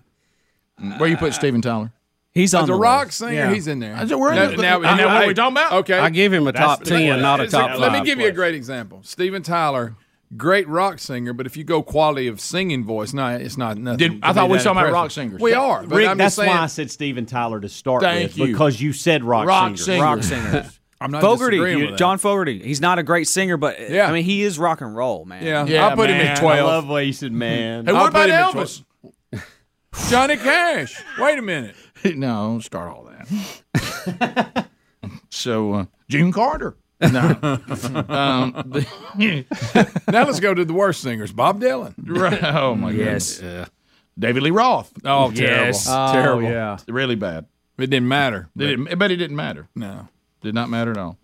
Where you put Steven Tyler? He's on As a the rock list. singer, Yeah. he's in there. I said, we're in Now- it, but- now- I know now- what we're talking about. Okay, I give him a top ten, not a It's like- top Let five. me give you a great example. Steven Tyler, great rock singer, but if you go quality of singing voice, no, it's not nothing. Did- I to be thought we that were talking about impressive. rock singers. We are, but Rick, I'm that's just saying, why I said Steven Tyler to start Thank with you. because you said rock, Rock singer. singer. rock singers. I'm not Fogerty, disagreeing you- with that. John Fogerty. He's not a great singer, but uh, Yeah. I mean, he is rock and roll, man. Yeah, Yeah, I put him man. at I twelve. love wasted man. Hey, I'll what put about him at Elvis? Johnny Cash. Wait a minute. no, don't start all that. so uh, June Carter. No. um, Now let's go to the worst singers. Bob Dylan. right, oh my goodness. David Lee Roth. Oh, Yes. terrible. Oh, terrible. Yeah. Really bad. It didn't matter. It didn't- but it didn't matter. No. Did not matter at all.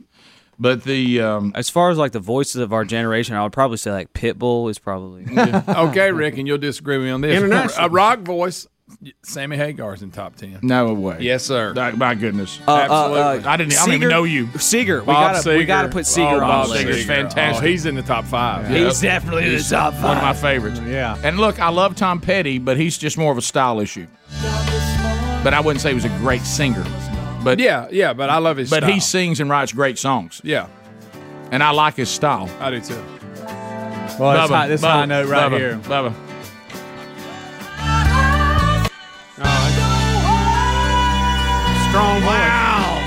But the um, As far as like the voices of our generation, I would probably say like Pitbull is probably. Okay, Rick, and you'll disagree with me on this. International. A rock voice, Sammy Hagar's in top ten. No way. Yes, sir. my goodness. Uh, uh, Absolutely. I didn't. I don't even Seeger- know you. Seeger. Bob Seger. oh, Oh, Bob Oh, Bob Seeger's fantastic. he's in the top five. Yeah. He's One of my favorites. Yeah. And look, I love Tom Petty, but he's just more of a style issue. But I wouldn't say he was a great singer. But yeah, yeah. But I love his. But he style. sings and writes great songs, Yeah, and I like his style. I do too. Well, it's high- this high note right Bubba, here. Bubba. Strong Wow.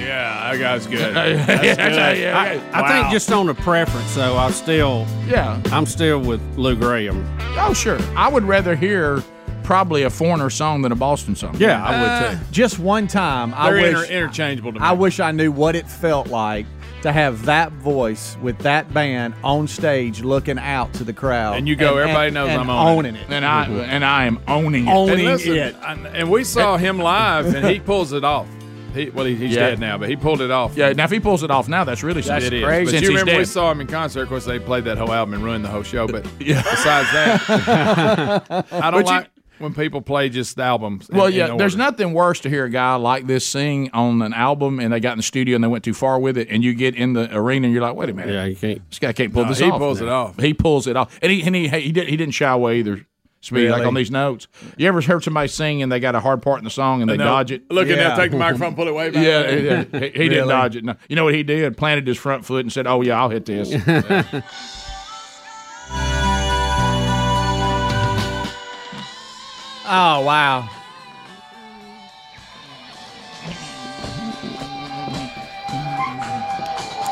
Yeah, that guy's good. I, I think just on a preference, though, I still Yeah. I'm still with Lou Graham. Oh, sure. I would rather hear probably a foreigner song than a Boston song. Yeah, I would, too. Just one time, I Uh, They're wish inter- interchangeable to me. I wish I knew what it felt like to have that voice with that band on stage, looking out to the crowd, and you go, everybody knows and I'm on owning it. And I and I am owning it. Owning and listen, it. And, and we saw him live, and he pulls it off. He, well, he, he's Yeah. dead now, but he pulled it off. Yeah, now if he pulls it off now, that's really That's something. crazy. But Since you he's remember we dead. saw him in concert. Of course, they played that whole album and ruined the whole show. But besides that, I don't But you- like when people play just the albums. in- Well, in yeah, order. there's nothing worse to hear a guy like this sing on an album and they got in the studio and they went too far with it, and you get in the arena and you're like, wait a minute. Yeah, you can't. This guy can't pull No, this he off. pulls it off. He pulls it off. And he and he, he, did, he didn't shy away either. Speed, Really? like on these notes. You ever heard somebody sing and they got a hard part in the song and they And they'll- dodge it? Look, and they'll take the microphone, pull it way back. Yeah, yeah, he, he didn't Really? dodge it. No. You know what he did? Planted his front foot and said, "Oh yeah, I'll hit this." Yeah. Oh wow!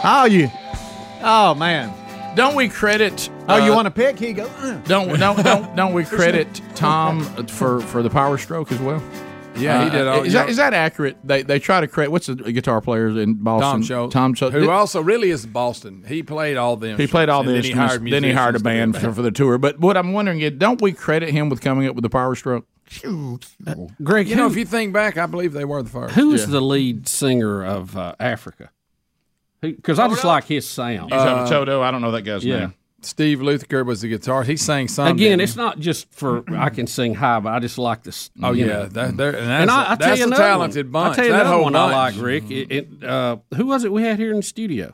Oh you, oh man! Don't we credit? Oh, you uh, want to pick? He go. Don't don't don't don't we credit Tom for for the power stroke as well? Uh, Yeah, he did all- is, that, is that accurate? They they try to credit. What's the guitar player in Boston? Tom Schultz, Tom Schultz. who Did- also really is Boston. He played all the He played all and the instruments. Then he hired, then he hired a musicians to do band that. for, for the tour. But what I'm wondering is, don't we credit him with coming up with the power stroke? Greg, You know, if you think back, I believe they were the first. Who is the lead singer of uh, Africa? Because I just like his sound. Uh, He's out of Toto. I don't know that guy's yeah. name. Uh, Steve Luther was the guitar. He sang some. Again, didn't he? it's not just for I can sing high, but I just like this. Oh you yeah, know. that, they're, and that's, and I, I tell that's you a another talented one. bunch. I tell you that another whole one bunch. I like, Rick. It, it, uh, who was it we had here in the studio?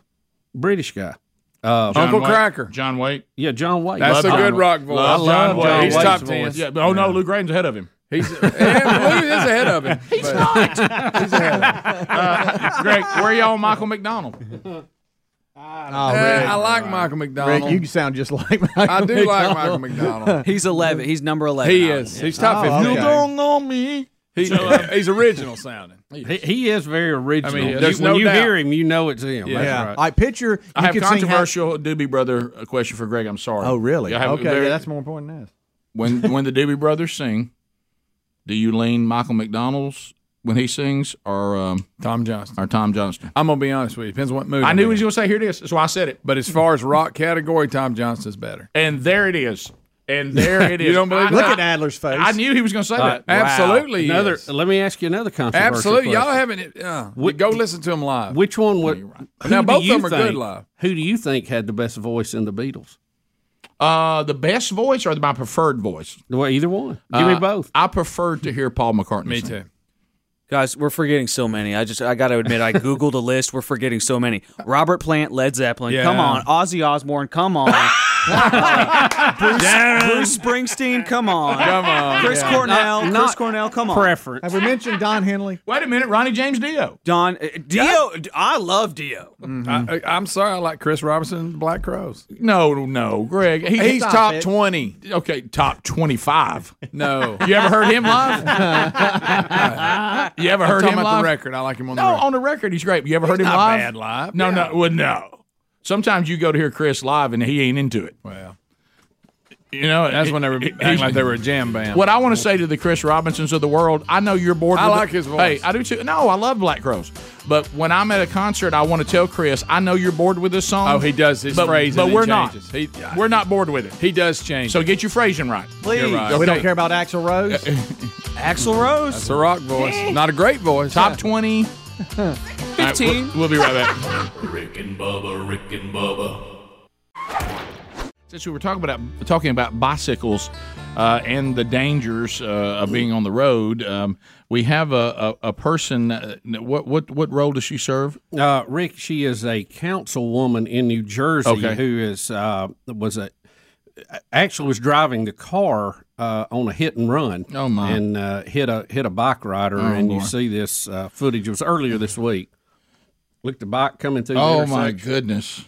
British guy. Uh, Uncle Cracker. John Waite. Yeah, John Waite. That's Love a good John rock Waite. voice. Love John Waite. He's Waite's top ten. voice. Yeah. but- Oh no, Lou Graham's ahead of him. He's yeah, Lou is ahead of him. He's not. Uh, Greg, where y'all? on Michael McDonald. Uh, Oh, Yeah, Rick. Uh, I like Michael McDonald. Rick, you sound just like Michael. I do like Michael McDonald. He's 11. He's number 11. He is. He's top Oh, 15. okay. know me. He, he's original sounding. He, he is very original. I mean, You- there's when no you doubt. hear him, you know it's him. That's Yeah, right. I picture. You I have could sing half- controversial Doobie Brother uh, question for Greg. I'm sorry. Oh, really? I have a okay, very- yeah, that's more important than this. when when the Doobie Brothers sing, do you lean Michael McDonald's when he sings or um, Tom Johnston? Or Tom Johnston? I'm gonna be honest with you. Depends on what movie. I I'm knew he in. was going to say here it is. That's why I said it. But as far as rock category, Tom Johnston's better. And there it is. And there it is. You don't believe I, that? I- Look at Adler's face. I knew he was going to say Uh, that. wow. Absolutely, Another. yes. Let me ask you another controversial. Absolutely, y'all question. haven't. Uh, go listen to him live. Which one would? who Now, do both of you them are good think- live. Who do you think had the best voice in the Beatles? Uh, the best voice or my preferred voice? Well, either one. Give me Uh, both. I preferred to hear Paul McCartney. Me sing. too. Guys, we're forgetting so many. I just, I got to admit, I Googled a list. We're forgetting so many. Robert Plant, Led Zeppelin. Yeah. Come on. Ozzy Osbourne. Come on. Bruce, Bruce Springsteen. Come on. Come on. Chris Yeah. Cornell. Not- Chris not Cornell. Come on. Preference. Oh, Have we mentioned Don Henley? Wait a minute, Ronnie James Dio. Don, uh, Dio. I love Dio. Mm-hmm. I, I- I'm sorry, I like Chris Robinson and the Black Crows. No, no, Greg. He- He's Stop top it. 20. Okay, top twenty-five. No. You ever heard him live? you ever heard I'm talking him about live? the record. I like him on No, the record. on the record, he's great. You ever heard him not live? bad live. No, no, well, no. Sometimes you go to hear Chris live and he ain't into it. Well, You know, that's when they were it- acting it- like they were a jam band. What I want to say to the Chris Robinsons of the world, I know you're bored. I with like the- his voice. Hey, I do too. No, I love Black Crows, but when I'm at a concert, I want to tell Chris, I know you're bored with this song. Oh, he does his but, phrase, but and he we're changes. not. He- we're not bored with it. he does change. So get your phrasing right. Please. You're right. We don't Okay. care about Axl Rose. Axl Rose. It's a rock voice. Not a great voice. Top twenty. 15. All right, we'll, we'll be right back. Rick and Bubba, Rick and Bubba. Since we were talking about talking about bicycles uh, and the dangers uh, of being on the road, um, we have a, a, a person. Uh, what what what role does she serve? Uh, Rick, she is a councilwoman in New Jersey Okay. who is uh, was a actually was driving the car uh, on a hit and run. Oh my. And uh, hit a hit a bike rider, Oh, and boy. you see this uh, footage. It was earlier this week. Look, the bike coming through. Oh, the my intersection. goodness!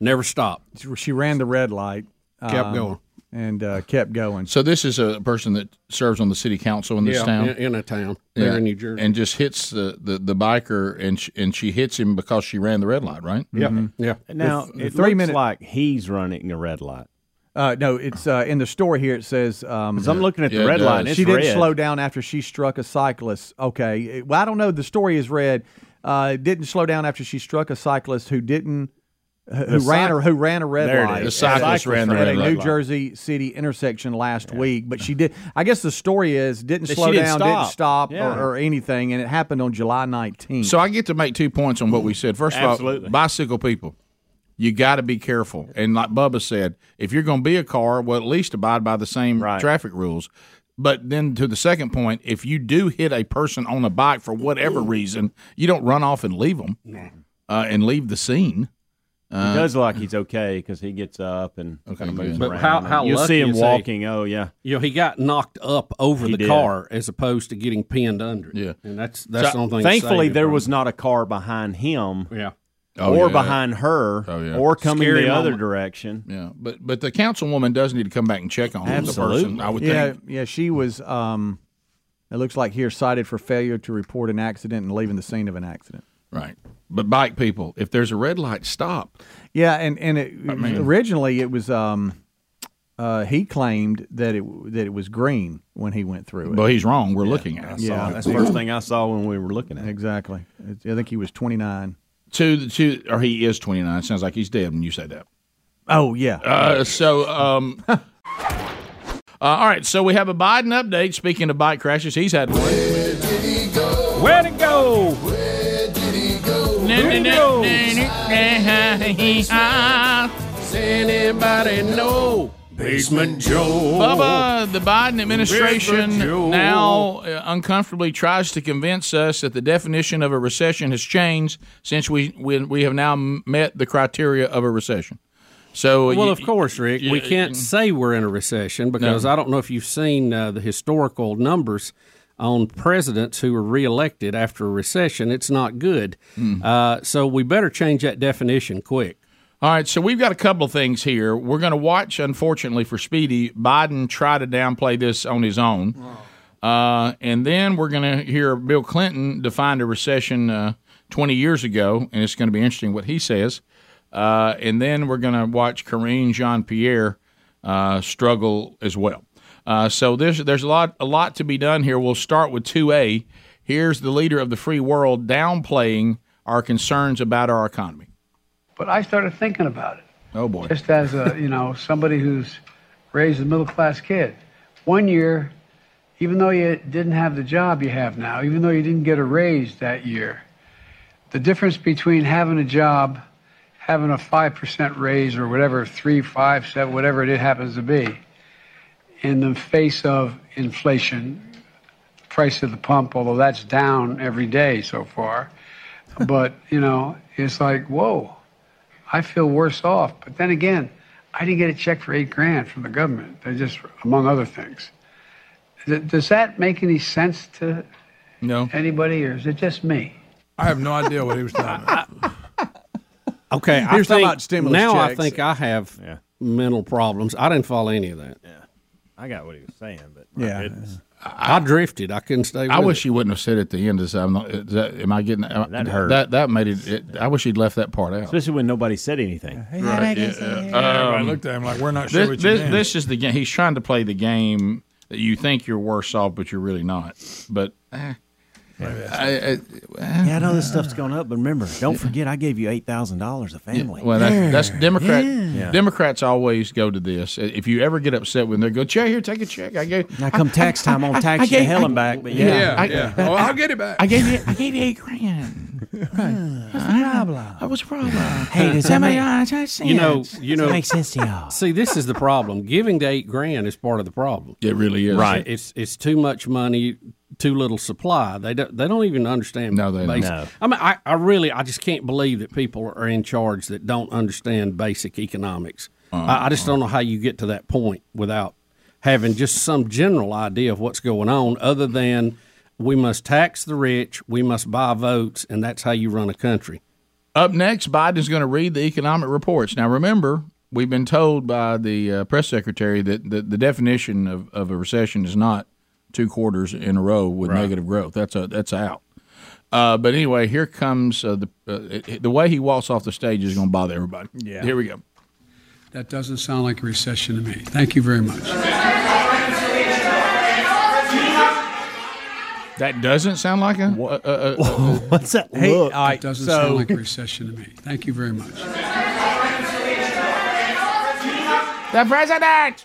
Never stopped. She ran the red light. um, Kept going. And uh, kept going. So this is a person that serves on the city council in this Yeah, town, in- in a town. They're in New Jersey. and just hits the, the, the biker, and she, and she hits him because she ran the red light, right? Now The- the it Mm-hmm. three looks minute- like he's running a red light. Uh, no, it's uh, in the story here. It says. Um, 'Cause I'm looking at the Yeah, it red line, does. She it's didn't red. slow down after she struck a cyclist. Okay. It- Well, I don't know. The story is red. Uh, didn't slow down after she struck a cyclist who didn't. Who The who ran cy- or who ran a red There it light? is. The cyclist ran the at red a light. New Jersey City intersection last week, but she did. I guess the story is didn't That she slow didn't down, stop. didn't stop, Yeah. or, or anything, and it happened on July nineteenth. So I get to make two points on what we said. First of all, Absolutely. bicycle people, you got to be careful. And like Bubba said, if you're going to be a car, well, at least abide by the same traffic rules. But then to the second point, if you do hit a person on a bike for whatever reason, you don't run off and leave them uh, and leave the scene. Uh, he does look like he's okay because he gets up and kind of moves But around. how how you'll lucky see him is he? walking? Oh yeah, You know, he got knocked up over He the did. car as opposed to getting pinned under it. Yeah, and that's that's the So, only thing. that Thankfully, saved it there from was not a car behind him. Yeah. Oh, or yeah. behind her, Oh, yeah. or coming Scary the other moment. direction. Yeah, but but the councilwoman does need to come back and check on the person. I would yeah, think. Yeah, she was. Um, it looks like here cited for failure to report an accident and leaving the scene of an accident. Right. But bike people, if there's a red light, stop. Yeah, and and it, I mean- originally it was. Um, uh, he claimed that it that it was green when he went through it. Well, he's wrong. We're looking at it. Yeah, that's the first thing I saw when we were looking at. it. Exactly. I think he was twenty nine. To to or he is 29. Sounds like he's dead when you say that. Oh yeah. Uh, so, um, uh, all right. So we have a Biden update. Speaking of bike crashes, he's had one. Where'd it go? Where did he go? Where'd he go? Does anybody know? Basement Joe. Bubba, the Biden administration Basement Joe. now uh, uncomfortably tries to convince us that the definition of a recession has changed since we we, we have now met the criteria of a recession. So, Well, you- of course, Rick, we you- can't say we're in a recession because No. I don't know if you've seen uh, the historical numbers on presidents who were reelected after a recession. It's not good. Hmm. Uh, so we better change that definition quick. All right, so we've got a couple of things here. We're going to watch, unfortunately for Speedy, Biden try to downplay this on his own. Uh, and then we're going to hear Bill Clinton define a recession uh, 20 years ago, and it's going to be interesting what he says. Uh, and then we're going to watch Karine Jean Pierre uh, struggle as well. Uh, so there's, there's a, lot, a lot to be done here. We'll start with 2A. Here's the leader of the free world downplaying our concerns about our economy. But I started thinking about it, Oh, boy. just as a you know somebody who's raised a middle class kid. One year, even though you didn't have the job you have now, even though you didn't get a raise that year, the difference between having a job, having a five percent raise or whatever three, five, seven, whatever it happens to be, in the face of inflation, price of the pump, although that's down every day so far, but you know it's like whoa. I feel worse off. But then again, I didn't get a check for eight grand from the government. They just, among other things. Th- Does that make any sense to no. anybody, or is it just me? I have no idea what he was talking about. Okay, He was I talking think about stimulus now checks. I think I have mental problems. I didn't follow any of that. Yeah, I got what he was saying, but yeah. I, I drifted. I couldn't stay. With I wish it. you wouldn't have said at the end. Is I'm not. Is that, am I getting am I- That hurt. That that made it, it- I wish he'd left that part out. especially when nobody said anything. Everybody looked at him like, we're not sure this, what you this, meant. this is the game. He's trying to play the game that you think you're worse off, but you're really not. But eh. I, uh, I, Yeah, I know this stuff's going up, but remember, don't forget I gave you eight thousand dollars a family. Well, that's, that's Democrat. Yeah. Democrats always go to this. If you ever get upset when they go, check here, take a check. I gave. Now come tax time, I'll tax you to hell and back, but yeah. Yeah, yeah. Oh, I'll get it back. I gave you. I gave you eight grand. What's the Uh-huh. problem? What's the problem? Hey, does that Somebody- make- I don't see You know, it. you know, Does it make sense to y'all? See, this is the problem. Giving to eight grand is part of the problem. It really is. Right. It's it's too much money, too little supply. They don't they don't even understand. No, they don't. basic. No. I mean, I, I really I just can't believe that people are in charge that don't understand basic economics. I, I just don't know how you get to that point without having just some general idea of what's going on, other than we must tax the rich, we must buy votes, and that's how you run a country. Up next, Biden's going to read the economic reports. Now, remember, we've been told by the uh, press secretary that the, the definition of, of a recession is not two quarters in a row with Right. negative growth. That's a, that's out. Uh, but anyway, here comes uh, the uh, it- the way he walks off the stage is going to bother everybody. Yeah. Here we go. That doesn't sound like a recession to me. Thank you very much. That doesn't sound like a. a- a- a- What's that Hey, look? all right, it doesn't so- sound like a recession to me. Thank you very much. The president.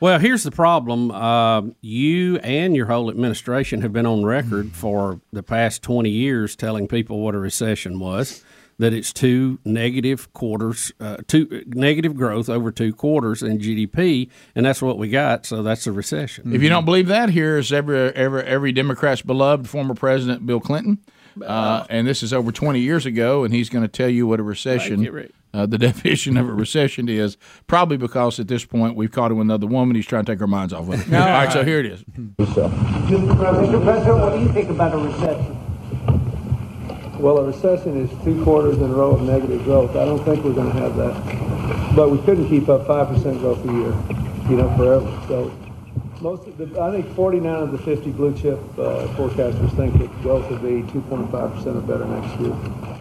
Well, here's the problem. Uh, you and your whole administration have been on record for the past 20 years telling people what a recession was, that it's two negative quarters, uh, two negative growth over two quarters in GDP, and that's what we got. So that's a recession. If you don't believe that, here is every every every Democrat's beloved former president Bill Clinton, uh, and this is over 20 years ago, and he's going to tell you what a recession, Thank you, Rick. uh, the definition of a recession is. Probably because at this point we've caught him with another woman. He's trying to take our minds off of it. All right, so here it is. Mr. President, what do you think about a recession? Well, a recession is two quarters in a row of negative growth. I don't think we're going to have that. But we couldn't keep up 5% growth a year, you know, forever. So most of the, I think 49 of the 50 blue chip uh, forecasters think that growth will be 2.5% or better next year.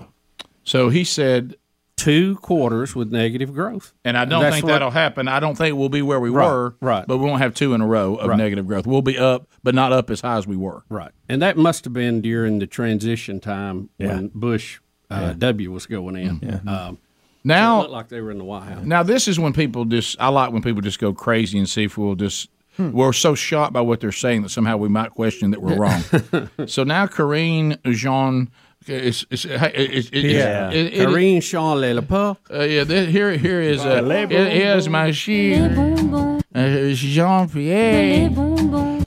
So he said two quarters with negative growth, and I don't That's think what- that'll happen. I don't think we'll be where we Right, were, right? But we won't have two in a row of Right. negative growth. We'll be up, but not up as high as we were. Right. And that must have been during the transition time when Bush uh, Yeah. W was going in. Um, Now- it looked like they were in the White House. Now this is when people just I like when people just go crazy and see if we'll just we're so shocked by what they're saying that somehow we might question that we're wrong. so now Corinne Jean is is Yeah. Corinne Jean Lelepa. Uh, yeah, this, here here is uh, Les here- here's my she Jean Pierre.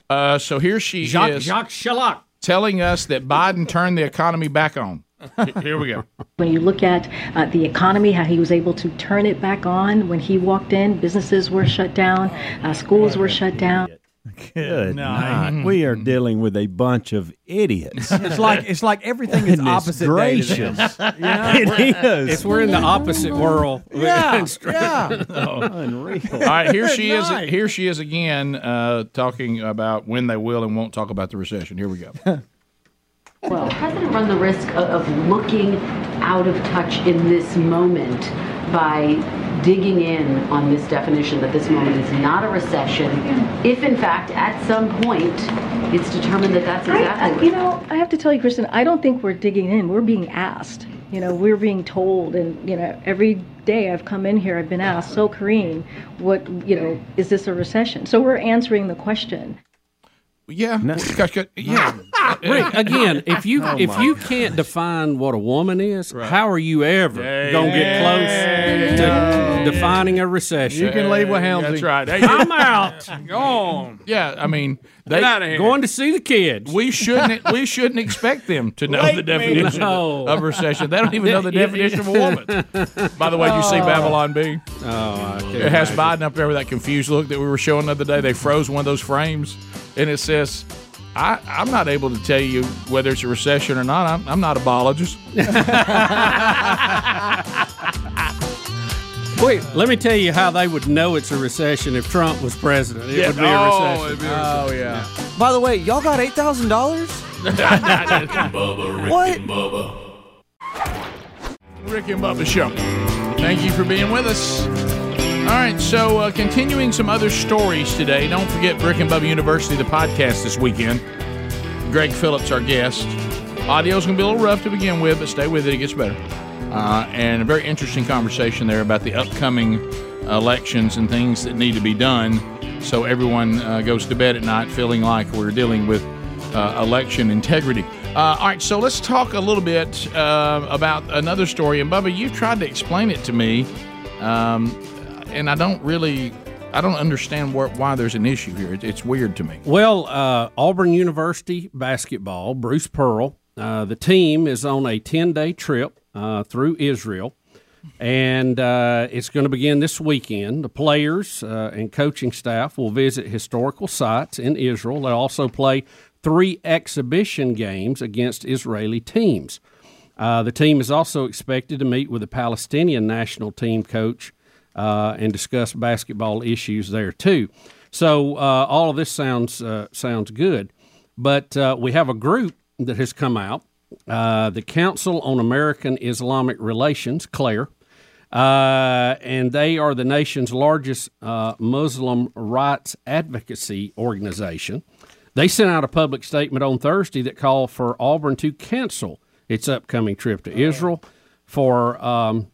Uh, so here she Jacques- is Jacques Chirac. telling us that Biden turned the economy back on. Here we go. When you look at uh, the economy, how he was able to turn it back on when he walked in, businesses were shut down, uh, schools were shut down. Good night. We are dealing with a bunch of idiots. It's like it's like everything is Goodness opposite day to them. gracious. You know? It is. It's we're in the opposite world. Oh. Yeah, yeah. Unreal. All right, here she is. Nice. Here she is again, uh, talking about when they will and won't talk about the recession. Here we go. Well, the president run the risk o- of looking out of touch in this moment by digging in on this definition that this moment is not a recession. If in fact, at some point, it's determined that that's I, exactly I, what uh, you know, I have to tell you, Kristen, I don't think we're digging in. We're being asked. You know, we're being told, and you know, every day I've come in here, I've been asked, "So, Kareen, what you know, is this a recession?" So we're answering the question. Yeah. Yeah. Rick, again, if you Oh, if my you can't define what a woman is, how are you ever gonna get close to defining a recession? You can leave with Helmsy. That's right. Hey, I'm out. Gone. Yeah, I mean, they Get outta here. Going to see the kids. We shouldn't. we shouldn't expect them to know Wake the me definition no. of recession. They don't even know the Yeah. definition of a woman. By the way, did you see Oh. Babylon B? Oh, I can't It has imagine. Biden up there with that confused look that we were showing the other day. They froze one of those frames, and it says, I, "I'm not able to tell you whether it's a recession or not. I'm, I'm not a biologist." Wait, let me tell you how they would know it's a recession if Trump was president. It would Oh, be a recession. Oh yeah. By the way, y'all got eight thousand dollars. Bubba, Rick What? and Bubba. Rick and Bubba Show. Thank you for being with us. All right, so uh, continuing some other stories today. Don't forget Brick and Bubba University, the podcast this weekend. Greg Phillips, our guest. Audio's going to be a little rough to begin with, but stay with it. It gets better. Uh, and a very interesting conversation there about the upcoming elections and things that need to be done so everyone uh, goes to bed at night feeling like we're dealing with uh, election integrity. Uh, all right, so let's talk a little bit uh, about another story. And Bubba, you tried to explain it to me, um, and I don't really, I don't understand where, why there's an issue here. It, it's weird to me. Well, uh, Auburn University basketball, Bruce Pearl, uh, the team is on a 10 day trip uh, through Israel, and uh, it's going to begin this weekend. The players uh, and coaching staff will visit historical sites in Israel. They'll also play three exhibition games against Israeli teams. Uh, the team is also expected to meet with the Palestinian national team coach uh, and discuss basketball issues there too. So uh, all of this sounds uh, sounds good, but uh, we have a group that has come out, uh, the Council on American Islamic Relations, Claire, uh, and they are the nation's largest uh, Muslim rights advocacy organization. They sent out a public statement on Thursday that called for Auburn to cancel its upcoming trip to Israel for um,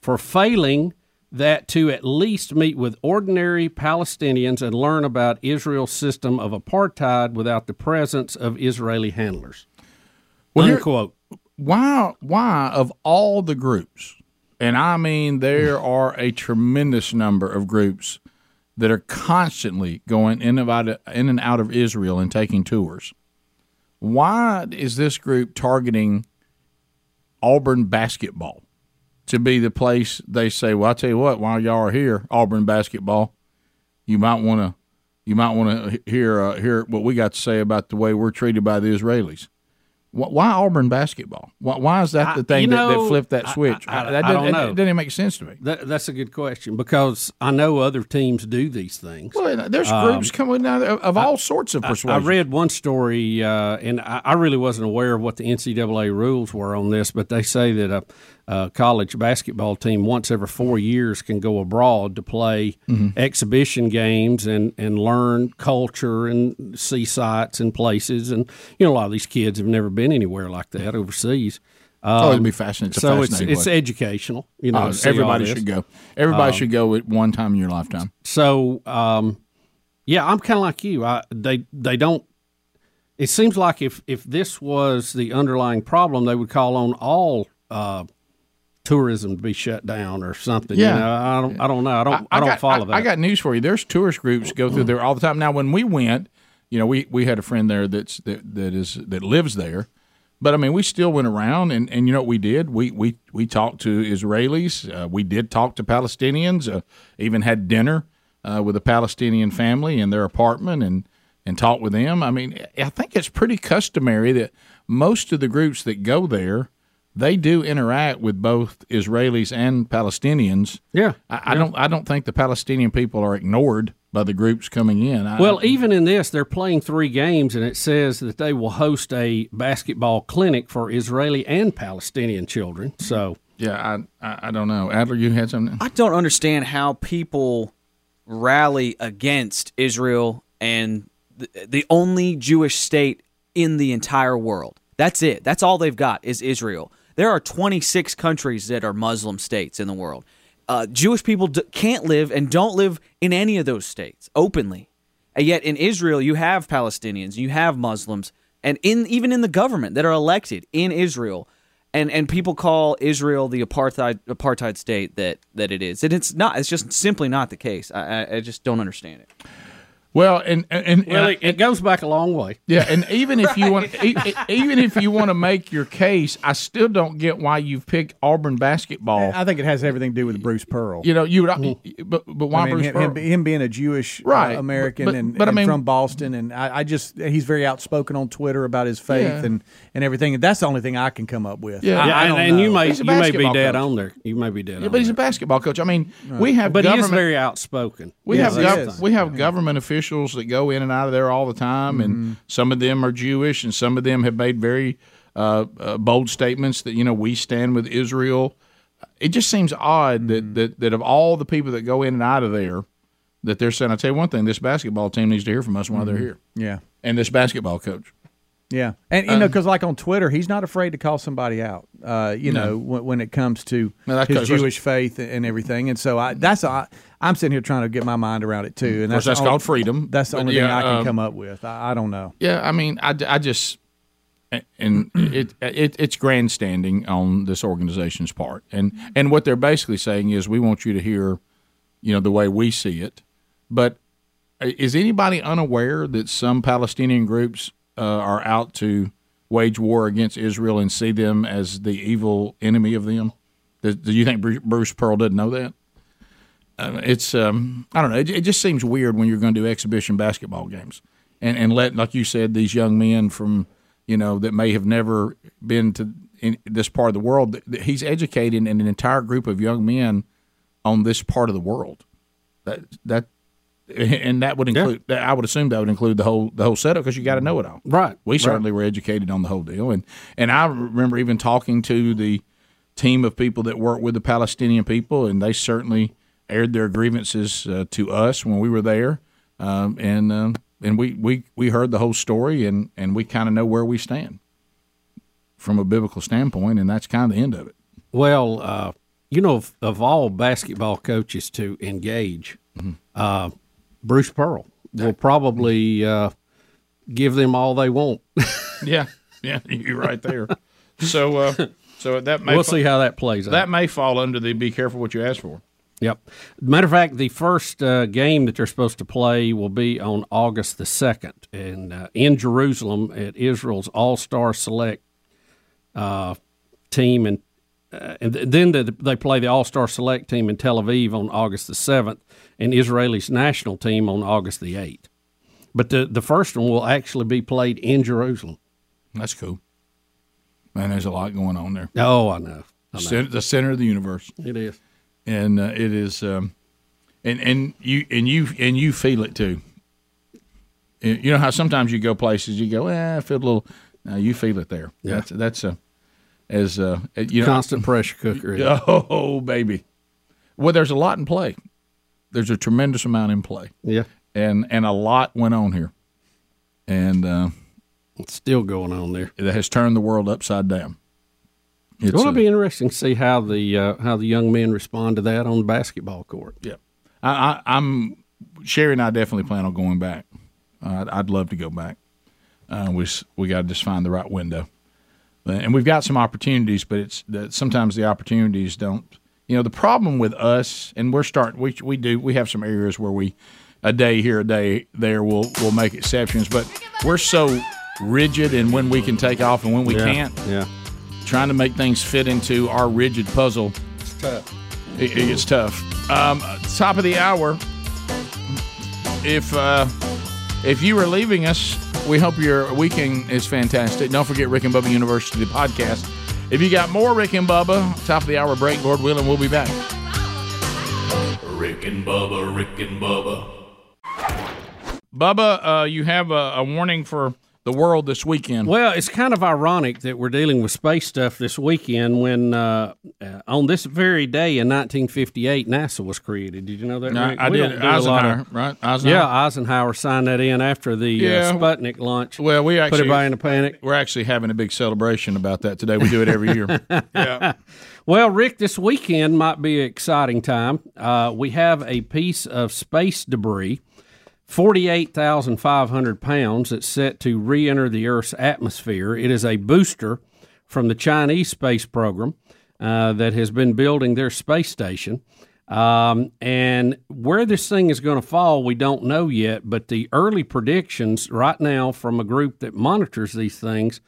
for failing that to at least meet with ordinary Palestinians and learn about Israel's system of apartheid without the presence of Israeli handlers. Well, here- Unquote. Why? Why of all the groups, and I mean there are a tremendous number of groups that are constantly going in and out of, in and out of Israel and taking tours. Why is this group targeting Auburn basketball to be the place they say? Well, I tell you what, while y'all are here, Auburn basketball, you might want to you might want to hear uh, hear what we got to say about the way we're treated by the Israelis. Wh- Why Auburn basketball? Why, why is that the I- you thing that, that know, flipped that I- switch? I- I- that I don't it- know. It didn't make sense to me. That, that's a good question because I know other teams do these things. Well, there's Um, groups coming out of, of all sorts of I- persuasion. I read one story, uh, and I, I really wasn't aware of what the NCAA rules were on this, but they say that a, a college basketball team once every four years can go abroad to play Mm-hmm. Mhm. exhibition games and, and learn culture and see sights and places. And, you know, a lot of these kids have never been anywhere like that overseas. Um, Oh, it'd be fascinating. It's a so fascinating it's, it's way. educational. You know, Oh, to see all everybody this. should go. Everybody Um, should go at one time in your lifetime. So, um, yeah, I'm kind of like you. I, they they don't. It seems like if if this was the underlying problem, they would call on all uh, tourism to be shut down or something. Yeah. you know? I don't. I don't know. I don't. I, don't got, follow that. I got news for you. There's tourist groups go through there all the time. Now, when we went, you know, we, we had a friend there that's that, that is that lives there, but I mean, we still went around and, and you know what we did? We we we talked to Israelis. Uh, we did talk to Palestinians. Uh, even had dinner uh, with a Palestinian family in their apartment and and talked with them. I mean, I- I think it's pretty customary that most of the groups that go there. They do interact with both Israelis and Palestinians. Yeah, I, I don't. I don't think the Palestinian people are ignored by the groups coming in. I, well, even in this, they're playing three games, and it says that they will host a basketball clinic for Israeli and Palestinian children. So, yeah, I, I I don't know. Adler, you had something. I don't understand how people rally against Israel and the, the only Jewish state in the entire world. That's it. That's all they've got is Israel. There are 26 countries that are Muslim states in the world. Uh, Jewish people d- can't live and don't live in any of those states openly. And yet in Israel, you have Palestinians, you have Muslims, and in even in the government that are elected in Israel, and and people call Israel the apartheid apartheid state that that it is, and it's not. It's just simply not the case. I I, I just don't understand it. Well, and and, and Well, it- goes back a long way. Yeah, and even if you want, e- e- even if you want to make your case, I still don't get why you've picked Auburn basketball. I think it has everything to do with Bruce Pearl. Mm. You know, you would, but but why I mean, Bruce him, Pearl? him- him being a Jewish uh, Right, but- American but- and, but I and mean- from Boston, and I, I just he's very outspoken on Twitter about his faith Yeah. and, and everything. And that's the only thing I can come up with. yeah, I, I and, don't and you know. may He's you a may be basketball dead coach. on there. You may be dead Yeah, on but he's a basketball coach. I mean, Right. we have but he is government. very outspoken. we Yes, have he gov- is. we have government officials that go in and out of there all the time, Mm-hmm. and some of them are Jewish, and some of them have made very uh, uh, bold statements that you know we stand with Israel. It just seems odd Mm-hmm. that, that that of all the people that go in and out of there, that they're saying, "I tell you one thing, this basketball team needs to hear from us while Mm-hmm. they're Mhm. here," Yeah, and this basketball coach. yeah, and you know, Um, because like on Twitter, he's not afraid to call somebody out. Uh, you No. know, when, when it comes to No, that's 'cause- his Jewish faith and everything, and so I that's I, I'm sitting here trying to get my mind around it too. And Of course, the that's only- called freedom, That's the but only yeah, thing I can um, come up with. I, I don't know. Yeah, I mean, I, I just, and it, it it's grandstanding on this organization's part, and and what they're basically saying is we want you to hear, you know, the way we see it. But uh, is anybody unaware that some Palestinian groups uh, are out to wage war against Israel and see them as the evil enemy of them? Do, do you think Bru- Bruce Pearl doesn't know that? Uh, it's um, I don't know. It, it just seems weird when you're going to do exhibition basketball games and and let like you said these young men from you know that may have never been to in this part of the world. that- that He's educating an entire group of young men on this part of the world. That that and that would include. I would assume that would include the whole the whole setup because you got to know it all. Right. We right. certainly were educated on the whole deal, and and I remember even talking to the team of people that work with the Palestinian people, and they certainly aired their grievances uh, to us when we were there, um, and um, and we, we we heard the whole story, and and we kind of know where we stand from a biblical standpoint, and that's kind of the end of it. Well, uh, you know, of, of all basketball coaches to engage, uh, Bruce Pearl will probably uh, give them all they want. Yeah, yeah, you're right there. So uh, so that may We'll see how that plays out. That may fall under the be careful what you ask for. Yep. Matter of fact, the first uh, game that they're supposed to play will be on August the 2nd and uh, in Jerusalem at Israel's All Star Select uh, team. And, uh, and th- then the, they play the All Star Select team in Tel Aviv on August the 7th and Israel's national team on August the 8th. But the, the first one will actually be played in Jerusalem. That's cool. Man, there's a lot going on there. Oh, I know. I know. Center, the center of the universe. It is, and uh, it is, um, and and you and you and you feel it too. And You know how sometimes you go places, you go, eh, I feel a little. No, you feel it there. Yeah. That's that's a as uh, you know Constant pressure cooker. isn't it? Oh baby, well, there's a lot in play. There's a tremendous amount in play. Yeah, and and a lot went on here, and uh, it's still going on there. It has turned the world upside down. It's It's going to a- be interesting to see how the uh, how the young men respond to that on the basketball court. Yeah, I, I, I'm Sherry and I definitely plan on going back. Uh, I'd, I'd love to go back. Uh, we s- we got to just find the right window, Uh, and we've got some opportunities, but it's that sometimes the opportunities don't. You know, the problem with us, and we're starting. We we do we have some areas where we a day here, a day there, we'll we'll make exceptions, but we're so rigid in when we can take off and when we Yeah, can't. Yeah, trying to make things fit into our rigid puzzle. It's tough. It, it's tough. Um, top of the hour. If uh, if you are leaving us, we hope your weekend is fantastic. Don't forget Rick and Bubba University the podcast. If you got more Rick and Bubba, top of the hour break. Lord willing, we'll be back. Rick and Bubba, Rick and Bubba. Bubba, uh, you have a, a warning for the world this weekend. Well, it's kind of ironic that we're dealing with space stuff this weekend when uh, uh, on this very day in 1958 NASA was created. Did you know that? No, Rick? I We did. don't do a lot Eisenhower, right? Eisenhower. Yeah, Eisenhower signed that in after the Yeah. uh, Sputnik launch. Well, we actually put everybody in a panic. We're actually having a big celebration about that today. We do it every year. Well, Rick, this weekend might be an exciting time. Uh, we have a piece of space debris, 48,500 pounds, that's set to re enter the Earth's atmosphere. It is a booster from the Chinese space program uh, that has been building their space station. Um, and where this thing is going to fall, we don't know yet, but the early predictions right now from a group that monitors these things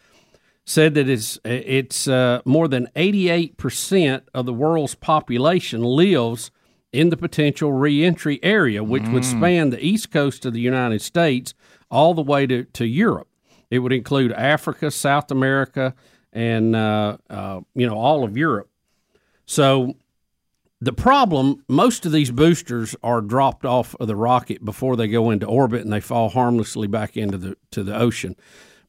said that it's it's uh, more than 88% of the world's population lives in the potential reentry area, which would span the east coast of the United States all the way to, to Europe. It would include Africa, South America, and uh, uh, you know all of Europe. So the problem most of these boosters are dropped off of the rocket before they go into orbit and they fall harmlessly back into the to the ocean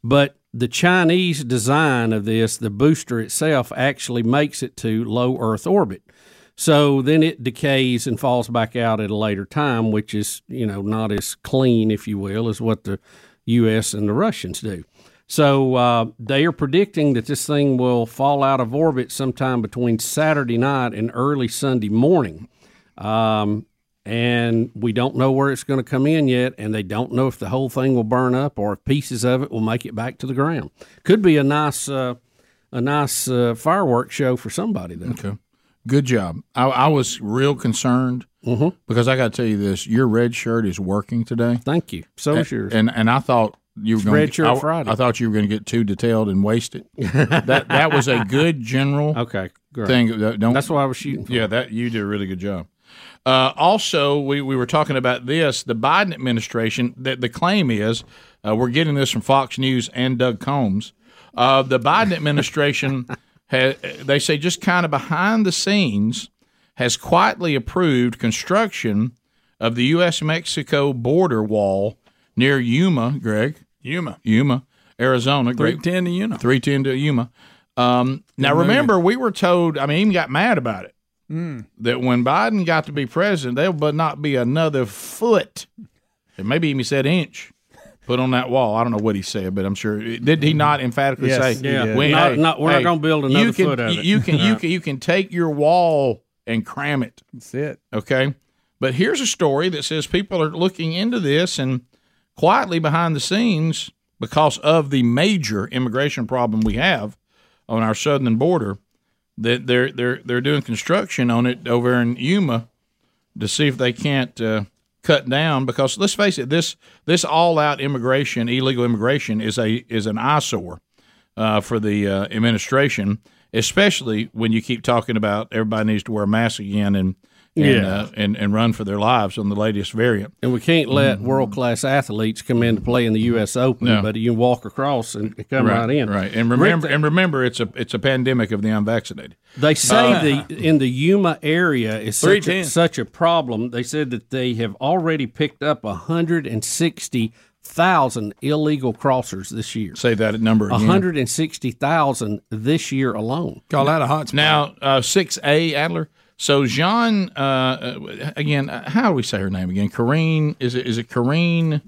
but the chinese design of this the booster itself actually makes it to low earth orbit so then it decays and falls back out at a later time which is you know not as clean if you will as what the us and the russians do so uh, they are predicting that this thing will fall out of orbit sometime between Saturday night and early Sunday morning. Um, and we don't know where it's going to come in yet, and they don't know if the whole thing will burn up or if pieces of it will make it back to the ground. Could be a nice, uh, a nice uh, fireworks show for somebody. Though. Okay, good job. I, I was real concerned Mm-hmm. because I got to tell you this: your red shirt is working today. Thank you. So and, is yours. And and I thought you were It's gonna red get- shirt I, Friday. I thought you were going to get too detailed and wasted. that that was a good general. Okay, great. Thing. That- Don't, That's what I was shooting. For. Yeah, that you did a really good job. Uh, also, we, we were talking about this. The Biden administration, that the claim is, uh, we're getting this from Fox News and Doug Combs. Uh, the Biden administration, ha they say, just kind of behind the scenes, has quietly approved construction of the U.S. Mexico border wall near Yuma, Greg. Yuma. Yuma, Arizona. Greg. 310 to Yuma. 310 to Yuma. Um, now, Good movie. remember, we were told, I mean, he even got mad about it Mm. that when Biden got to be president, there would not be another foot, and maybe even said inch, put on that wall. I don't know what he said, but I'm sure did he not emphatically Yes, he say, did. Not- not- we're not gonna build another you can, foot of it." You can, you Right. can, you can take your wall and cram it. That's it. Okay, but here's a story that says people are looking into this and quietly behind the scenes because of the major immigration problem we have on our southern border that they're they're they're doing construction on it over in Yuma to see if they can't uh, cut down because let's face it this this all out immigration illegal immigration is a is an eyesore uh, for the uh, administration especially when you keep talking about everybody needs to wear a mask again and and, Yeah. uh, and, and run for their lives on the latest variant And we can't let world class athletes come in to play in the U.S. Open, Mm-hmm. No. but you walk across and come right, in. right and remember and remember it's a it's a pandemic of the unvaccinated They say Uh, the in the Yuma area is such a, 310. such a problem. They said that they have already picked up 160,000 illegal crossers this year. Say that number again. 160,000 this year alone. Call that a hot Now, uh, 6A Adler. So, Jean, uh, uh, again, uh, how do we say her name again? Corrine, is it, is it Corrine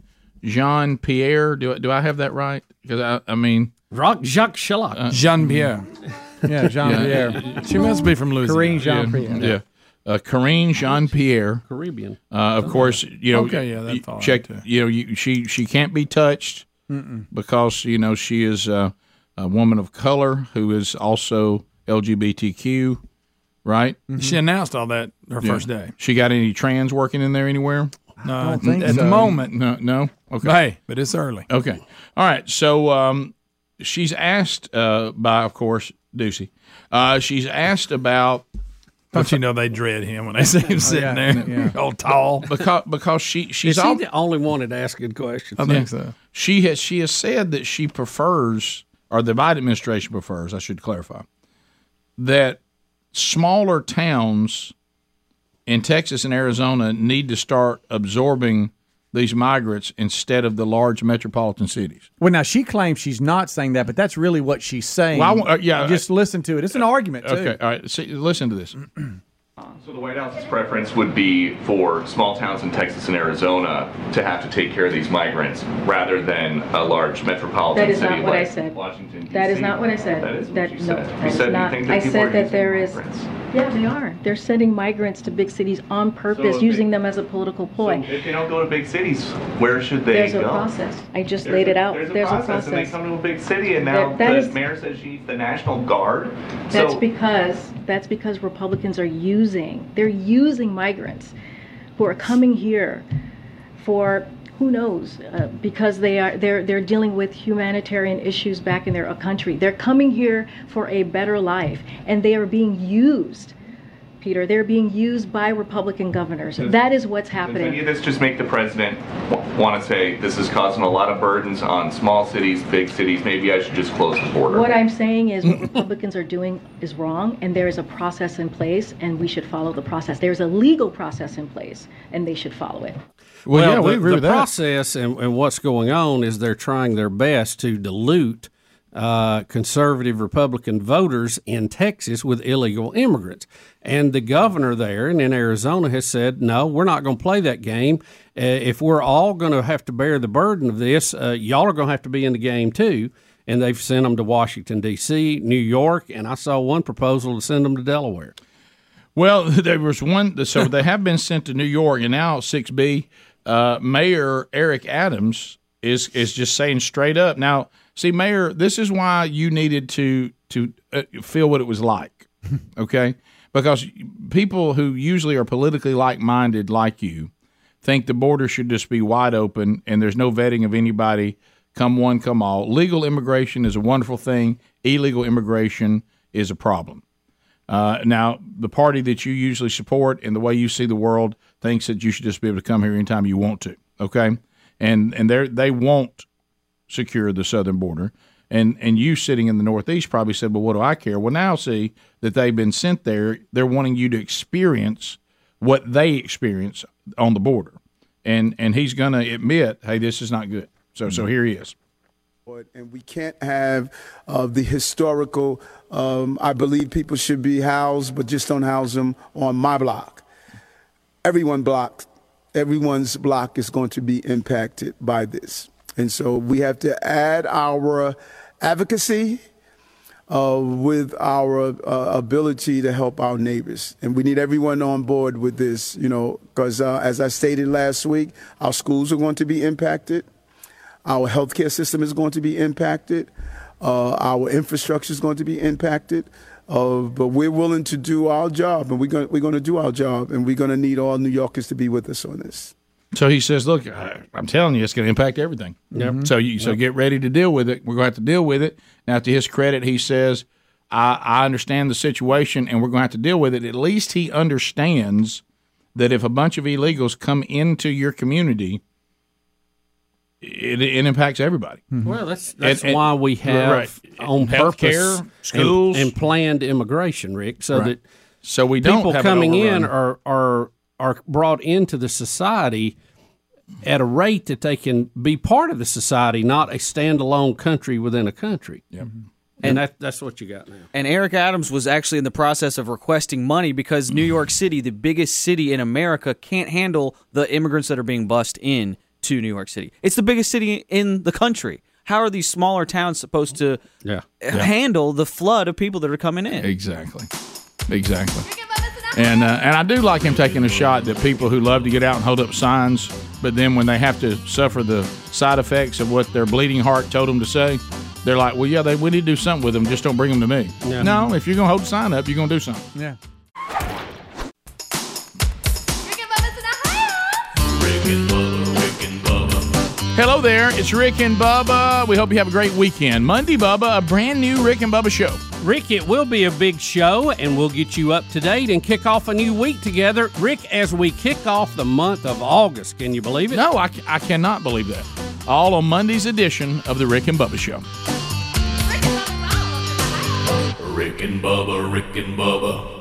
Jean Pierre? Do, I- do I have that right? Because I, I mean, Uh, Rock Jacques Chirac. Jean Pierre. Yeah, Jean Pierre. She must be from Louisiana. Corinne Jean Yeah. Pierre. yeah. Uh, Corrine Jean Pierre. Caribbean. Uh, of course, you know, Okay, yeah, that you fall out check, you know, you, she, she can't be touched Mm-mm. because, you know, she is uh, a woman of color who is also LGBTQ, right? Mm-hmm. She announced all that her Yeah. first day. She got any trans working in there anywhere? No, I don't think at so. the moment. No, no. Okay. Hey, but it's early. Okay. All right. So um, she's asked uh, by, of course, Ducey. Uh, she's asked about. Don't you know they dread him when they see him sitting there, all tall? Because because she she's Is he al- the only one that asked good questions? She has she has said that she prefers, or the Biden administration prefers, I should clarify, that smaller towns in Texas and Arizona need to start absorbing these migrants instead of the large metropolitan cities. Well, now she claims she's not saying that, but that's really what she's saying. Well, I wa- uh, yeah, just listen to it. It's an argument. Too. Okay, all right. See, listen to this. So the White House's preference would be for small towns in Texas and Arizona to have to take care of these migrants rather than a large metropolitan That is city not what I like said. Washington. That is DC. not what I said. That is what you no, said. You that's said you not- think that I people said are that using there is. migrants. Yeah, they are. They're sending migrants to big cities on purpose, if using them as a political ploy. If they don't go to big cities, where should they There's go? a process. I just There's laid a- it out. There's a, There's a process, and they process. come to a big city, and now That- that the is- mayor says she needs the National Guard. That's so, because, that's because Republicans are using, they're using migrants who are coming here for, who knows, uh, because they are, they're, they're dealing with humanitarian issues back in their uh, country. They're coming here for a better life, and they are being used, Peter, they're being used by Republican governors. That is what's Does any happening. of this just make the president want to say this is causing a lot of burdens on small cities, big cities? Maybe I should just close the border. What I'm saying is what Republicans are doing is wrong, and there is a process in place, and we should follow the process. There's a legal process in place, and they should follow it. Well, yeah, the, we agree the with that. process and, and what's going on is they're trying their best to dilute uh, conservative Republican voters in Texas with illegal immigrants. And the governor there and in Arizona has said, no, we're not going to play that game. Uh, if we're all going to have to bear the burden of this, uh, y'all are going to have to be in the game too. And they've sent them to Washington, D.C., New York, and I saw one proposal to send them to Delaware. Well, there was one. So they have been sent to New York, and now six B uh, Mayor Eric Adams is is just saying straight up. Now, see, Mayor, this is why you needed to to uh, feel what it was like, okay? Because people who usually are politically like minded, like you, think the border should just be wide open and there's no vetting of anybody. Come one, come all. Legal immigration is a wonderful thing. Illegal immigration is a problem. Uh, now, the party that you usually support and the way you see the world thinks that you should just be able to come here anytime you want to. Okay, and and they they won't secure the southern border. And and you sitting in the Northeast probably said, "Well, what do I care?" Well, now see that they've been sent there. They're wanting you to experience what they experience on the border, and and he's going to admit, "Hey, this is not good." So so here he is. But- And we can't have uh, the historical, um, I believe people should be housed, but just don't house them on my block. Everyone block, everyone's block is going to be impacted by this. And so we have to add our advocacy uh, with our uh, ability to help our neighbors. And we need everyone on board with this, you know, because uh, as I stated last week, our schools are going to be impacted. Our healthcare system is going to be impacted. Uh, our infrastructure is going to be impacted. Uh, but we're willing to do our job, and we're going we're going to do our job, and we're going to need all New Yorkers to be with us on this. So he says, "Look, I, I'm telling you, it's going to impact everything. Mm-hmm. Yep. So you so get ready to deal with it. We're going to have to deal with it." Now, to his credit, he says, "I, I understand the situation, and we're going to have to deal with it." At least he understands that if a bunch of illegals come into your community, it, it impacts everybody. Well, that's that's And- and- why we have Right. on Healthcare, purpose and- schools. and, planned immigration, Rick, so Right. that so we don't people have it coming in overrun. are are are brought into the society at a rate that they can be part of the society, not a standalone country within a country. Yep. And that, that's what you got now. And Eric Adams was actually in the process of requesting money because New York City, the biggest city in America, can't handle the immigrants that are being bussed in to New York City. It's the biggest city in the country. How are these smaller towns supposed to Yeah. handle the flood of people that are coming in? Exactly. Exactly. And uh, and I do like him taking a shot that people who love to get out and hold up signs, but then when they have to suffer the side effects of what their bleeding heart told them to say, they're like, well, yeah, they, we need to do something with them. Just don't bring them to me. Yeah. No, if you're gonna hold the sign up, you're gonna do something. Yeah. Hello there, it's Rick and Bubba. We hope you have a great weekend. Monday, Bubba, a brand new Rick and Bubba show. Rick, it will be a big show, and we'll get you up to date and kick off a new week together. Rick, as we kick off the month of August, can you believe it? No, I, I cannot believe that. All on Monday's edition of the Rick and Bubba show. Rick and Bubba, Rick and Bubba.